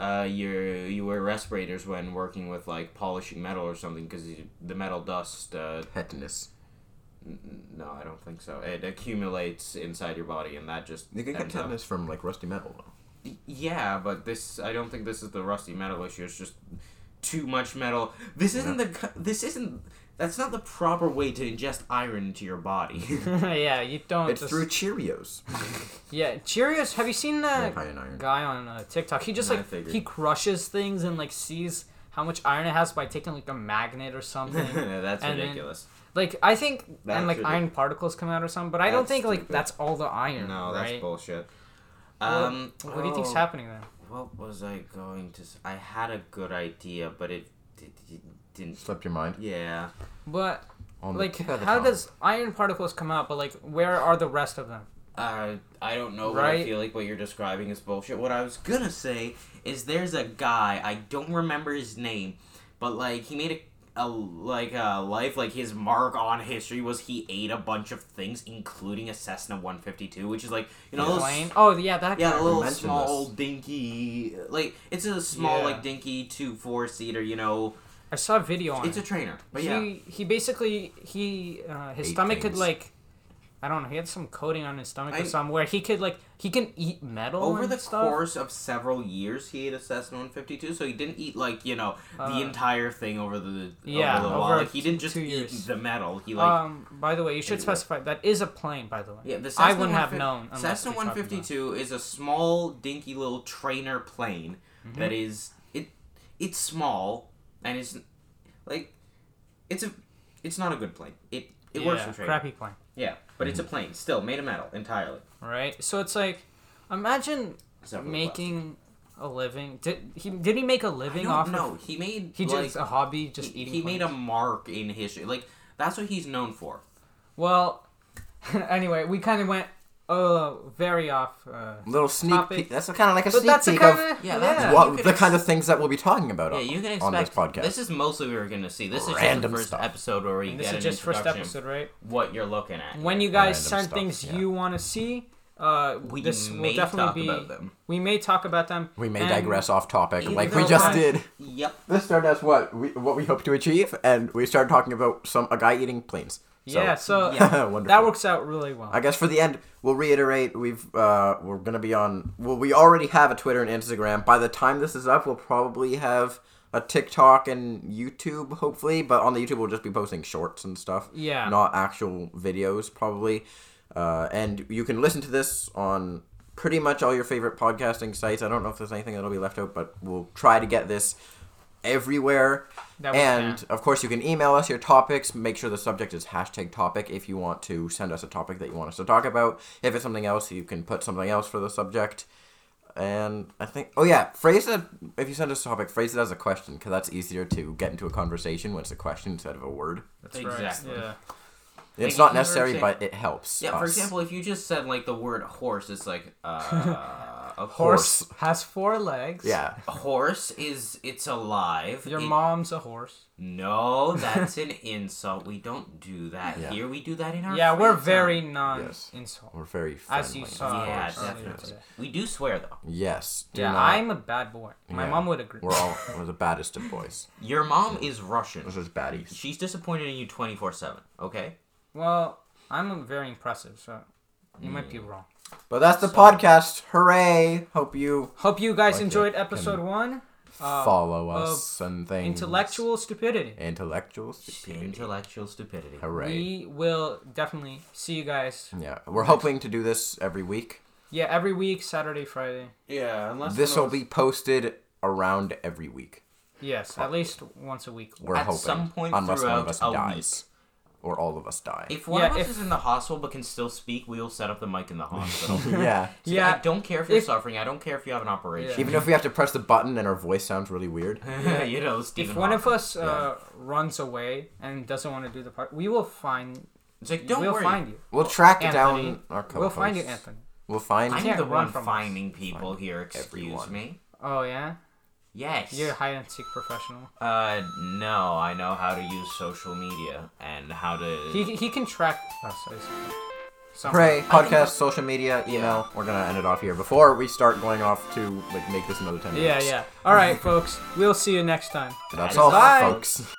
Speaker 3: uh, you you wear respirators when working with like polishing metal or something because the metal dust. Uh,
Speaker 1: Petinous.
Speaker 3: n- no, I don't think so. It accumulates inside your body, and that just
Speaker 1: You can get
Speaker 3: ends up-
Speaker 1: tetanus from like rusty metal. though.
Speaker 3: Yeah, but this I don't think this is the rusty metal issue. It's just too much metal. This isn't the cu- this isn't that's not the proper way to ingest iron into your body. *laughs*
Speaker 2: *laughs* yeah, you don't.
Speaker 1: It's
Speaker 2: just-
Speaker 1: through Cheerios.
Speaker 2: Yeah, Cheerios. Have you seen that
Speaker 1: Yeah, high in iron.
Speaker 2: guy on uh, TikTok? He just
Speaker 3: I
Speaker 2: like
Speaker 3: figured.
Speaker 2: he crushes things and like sees how much iron it has by taking like a magnet or
Speaker 3: *laughs*
Speaker 2: something.
Speaker 3: that's
Speaker 2: And then-
Speaker 3: ridiculous.
Speaker 2: like I think
Speaker 3: That's
Speaker 2: and like
Speaker 3: ridic-
Speaker 2: iron particles come out or something. But I don't
Speaker 3: That's
Speaker 2: think like
Speaker 3: stupid.
Speaker 2: that's all the iron.
Speaker 3: no, that's
Speaker 2: right?
Speaker 3: bullshit. Um,
Speaker 2: What do you think's
Speaker 3: oh,
Speaker 2: happening there?
Speaker 3: What was I going to? s- I had a good idea, but it, it, it didn't.
Speaker 1: Slipped your mind.
Speaker 3: Yeah,
Speaker 2: But
Speaker 3: Oh,
Speaker 1: On the
Speaker 2: like,
Speaker 1: tip of the
Speaker 2: how
Speaker 1: tongue.
Speaker 2: does iron particles come out? But like, where are the rest of them?
Speaker 3: uh, I don't know what I
Speaker 2: Right?
Speaker 3: feel like. What you're describing is bullshit. What I was gonna say is there's a guy I don't remember his name, but like he made a, a like a life like his mark on history was he ate a bunch of things, including a Cessna 152, which is like you know those
Speaker 2: Plane? Oh yeah, that.
Speaker 3: Yeah,
Speaker 2: guy.
Speaker 3: the little
Speaker 1: mentioned
Speaker 3: small
Speaker 1: this.
Speaker 3: dinky, like it's a small
Speaker 2: Yeah.
Speaker 3: like dinky two four seater. You know,
Speaker 2: I saw a video on.
Speaker 3: it's a
Speaker 2: it.
Speaker 3: trainer. But
Speaker 2: he
Speaker 3: yeah,
Speaker 2: he basically he uh, his
Speaker 1: Ate
Speaker 2: stomach could
Speaker 1: things.
Speaker 2: like. I don't know. He had some coating on his stomach
Speaker 3: I-
Speaker 2: or something where he could like he can eat metal
Speaker 3: over
Speaker 2: and
Speaker 3: the
Speaker 2: stuff.
Speaker 3: course of several years, he ate a Cessna 152, so he didn't eat like you know the entire thing over the
Speaker 2: Uh, yeah,
Speaker 3: over the
Speaker 2: over
Speaker 3: wall. Like, he didn't just
Speaker 2: two
Speaker 3: eat
Speaker 2: years.
Speaker 3: the metal. He like
Speaker 2: Um. By the way, you should
Speaker 3: Anyway.
Speaker 2: specify that is a plane. By the way.
Speaker 3: yeah. The Cessna
Speaker 2: I wouldn't have
Speaker 3: 150
Speaker 2: known. unless
Speaker 3: Cessna
Speaker 2: we talked about it.
Speaker 3: 152 is a small dinky little trainer plane
Speaker 2: Mm-hmm.
Speaker 3: that is it. It's small and it's like it's a it's not a good plane. It
Speaker 2: yeah,
Speaker 3: it
Speaker 2: Mm-hmm.
Speaker 3: works for trainer.
Speaker 2: crappy plane.
Speaker 3: Yeah, but it's a plane, still made of metal entirely.
Speaker 2: Right. So it's like, imagine
Speaker 3: Except for the
Speaker 2: making a living. Did he did he make a
Speaker 3: plastic.
Speaker 2: living
Speaker 3: No,
Speaker 2: off
Speaker 3: no,
Speaker 2: of?
Speaker 3: he made
Speaker 2: He
Speaker 3: like,
Speaker 2: just a hobby, just
Speaker 3: he,
Speaker 2: eating.
Speaker 3: he made a
Speaker 2: planes?
Speaker 3: mark in history. Like that's what he's known for.
Speaker 2: Well, *laughs* anyway, we kind of went uh very off. Uh,
Speaker 1: Little sneak
Speaker 2: Topic.
Speaker 1: peek. That's kind of like a
Speaker 2: but
Speaker 1: sneak
Speaker 2: that's the
Speaker 1: peek
Speaker 2: kind
Speaker 1: of
Speaker 2: of
Speaker 3: yeah,
Speaker 2: yeah.
Speaker 3: that's
Speaker 1: what
Speaker 3: You could
Speaker 1: the
Speaker 3: ex-
Speaker 1: kind of things that we'll be talking about
Speaker 3: Yeah,
Speaker 1: on,
Speaker 3: you can expect
Speaker 1: on this podcast.
Speaker 3: This is mostly what we're gonna see. This is just the
Speaker 1: Random
Speaker 3: first
Speaker 1: stuff.
Speaker 3: episode where we
Speaker 2: this
Speaker 3: get
Speaker 2: is
Speaker 3: an
Speaker 2: just first
Speaker 3: introduction
Speaker 2: episode, right?
Speaker 3: What you're looking at.
Speaker 2: When you
Speaker 1: Random
Speaker 2: guys send
Speaker 1: stuff,
Speaker 2: things
Speaker 1: yeah.
Speaker 2: you want to see, uh,
Speaker 3: We
Speaker 2: this will
Speaker 3: may
Speaker 2: definitely
Speaker 3: talk
Speaker 2: be.
Speaker 3: about them.
Speaker 2: We may talk about them.
Speaker 1: we may
Speaker 2: and-
Speaker 1: digress off topic,
Speaker 3: Even
Speaker 1: like
Speaker 3: though
Speaker 1: we just
Speaker 3: I-
Speaker 1: did.
Speaker 3: Yep.
Speaker 1: This started as what we what we hope to achieve, and we started talking about some a guy eating planes. So, *laughs*
Speaker 2: yeah, so
Speaker 1: wonderful.
Speaker 2: that works out really well.
Speaker 1: I guess for the end, we'll reiterate we've uh, we're gonna be on. Well, we already have a Twitter and Instagram. By the time this is up, we'll probably have a TikTok and YouTube, hopefully. But on the YouTube, we'll just be posting shorts and stuff.
Speaker 2: Yeah.
Speaker 1: not actual videos, probably. Uh, and you can listen to this on pretty much all your favorite podcasting sites. I don't know if there's anything that'll be left out, but we'll try to get this everywhere.
Speaker 2: That we
Speaker 1: and
Speaker 2: can.
Speaker 1: of course, you can email us your topics. Make sure the subject is hashtag topic if you want to send us a topic that you want us to talk about. If it's something else, you can put something else for the subject. And I think, oh yeah, phrase it. If you send us a topic, phrase it as a question because that's easier to get into a conversation when it's a question instead of a word.
Speaker 2: That's right,
Speaker 3: Exactly.
Speaker 2: Yeah.
Speaker 1: It's
Speaker 3: Like,
Speaker 1: not
Speaker 3: for
Speaker 1: necessary,
Speaker 3: example-
Speaker 1: but it helps.
Speaker 3: Yeah. For
Speaker 1: us.
Speaker 3: example, if you just said like the word horse, it's like
Speaker 2: *laughs*
Speaker 3: uh, a horse.
Speaker 1: Horse.
Speaker 2: Horse has four legs.
Speaker 1: yeah,
Speaker 3: A horse is it's alive.
Speaker 2: Your
Speaker 3: It-
Speaker 2: mom's a horse.
Speaker 3: No, that's an *laughs* insult. We don't do that
Speaker 1: Yeah.
Speaker 3: here. We do that in our.
Speaker 2: Yeah, we're
Speaker 3: free time.
Speaker 2: very non insult.
Speaker 1: we're very friendly.
Speaker 2: As you saw
Speaker 3: Yeah,
Speaker 2: earlier
Speaker 3: definitely.
Speaker 2: today.
Speaker 3: We do swear though.
Speaker 1: Yes. do
Speaker 2: Yeah,
Speaker 1: not-
Speaker 2: I'm a bad boy. My
Speaker 1: Yeah.
Speaker 2: mom would agree.
Speaker 1: We're all we're the baddest of boys.
Speaker 3: Your mom is Russian.
Speaker 1: This is
Speaker 2: *laughs*
Speaker 1: baddies.
Speaker 3: She's disappointed in you twenty four seven. Okay.
Speaker 2: Well, I'm very impressive, so you might
Speaker 1: Mm.
Speaker 2: be wrong.
Speaker 1: But that's the podcast. Hooray! Hope you
Speaker 2: Hope you guys
Speaker 1: Like it.
Speaker 2: enjoyed episode one
Speaker 1: follow us and things.
Speaker 2: Intellectual Stupidity.
Speaker 1: Intellectual stupidity.
Speaker 3: Intellectual stupidity.
Speaker 1: Hooray!
Speaker 2: We will definitely see you guys.
Speaker 1: yeah, we're hoping to do this every week.
Speaker 2: Yeah, every week, Saturday, Friday.
Speaker 3: Yeah, unless
Speaker 1: This will be posted around every week.
Speaker 2: Yes, at least once a week.
Speaker 1: We're
Speaker 3: At
Speaker 1: hoping.
Speaker 3: some point
Speaker 1: unless one
Speaker 3: throughout
Speaker 1: of us
Speaker 3: a week.
Speaker 1: dies, or all of us die.
Speaker 3: If one
Speaker 2: Yeah,
Speaker 3: of us
Speaker 2: if-
Speaker 3: is in the hospital but can still speak, we will set up the mic in
Speaker 1: *laughs*
Speaker 3: the hospital.
Speaker 1: yeah.
Speaker 2: Yeah.
Speaker 3: I don't care if you're
Speaker 2: If-
Speaker 3: suffering. I don't care if you have an operation.
Speaker 1: Even if we have to press the button and our voice sounds really weird.
Speaker 3: *laughs* you know, Stephen
Speaker 2: If one of
Speaker 3: Hawking.
Speaker 2: us uh, runs away and doesn't want to do the part, we will find.
Speaker 3: it's like, don't
Speaker 2: we'll
Speaker 3: worry.
Speaker 2: find you.
Speaker 1: We'll track
Speaker 2: Anthony.
Speaker 1: down our co
Speaker 2: We'll find you, Anthony.
Speaker 1: We'll find
Speaker 3: I'm
Speaker 2: can't
Speaker 3: the
Speaker 2: run
Speaker 3: one
Speaker 2: from us.
Speaker 3: finding people here. Excuse
Speaker 1: everyone.
Speaker 3: me.
Speaker 2: Oh yeah.
Speaker 3: Yes.
Speaker 2: You're a hide and seek professional.
Speaker 3: Uh, no, I know how to use social media and how to.
Speaker 2: He, he can track us. I suppose. Somehow.
Speaker 1: Pray, podcast, social media, email. We're gonna end it off here before we start going off to like make this another ten
Speaker 2: Yeah,
Speaker 1: minutes.
Speaker 2: yeah. All right, folks. We'll see you next time.
Speaker 1: That's
Speaker 3: is
Speaker 1: all,
Speaker 2: all.
Speaker 1: folks.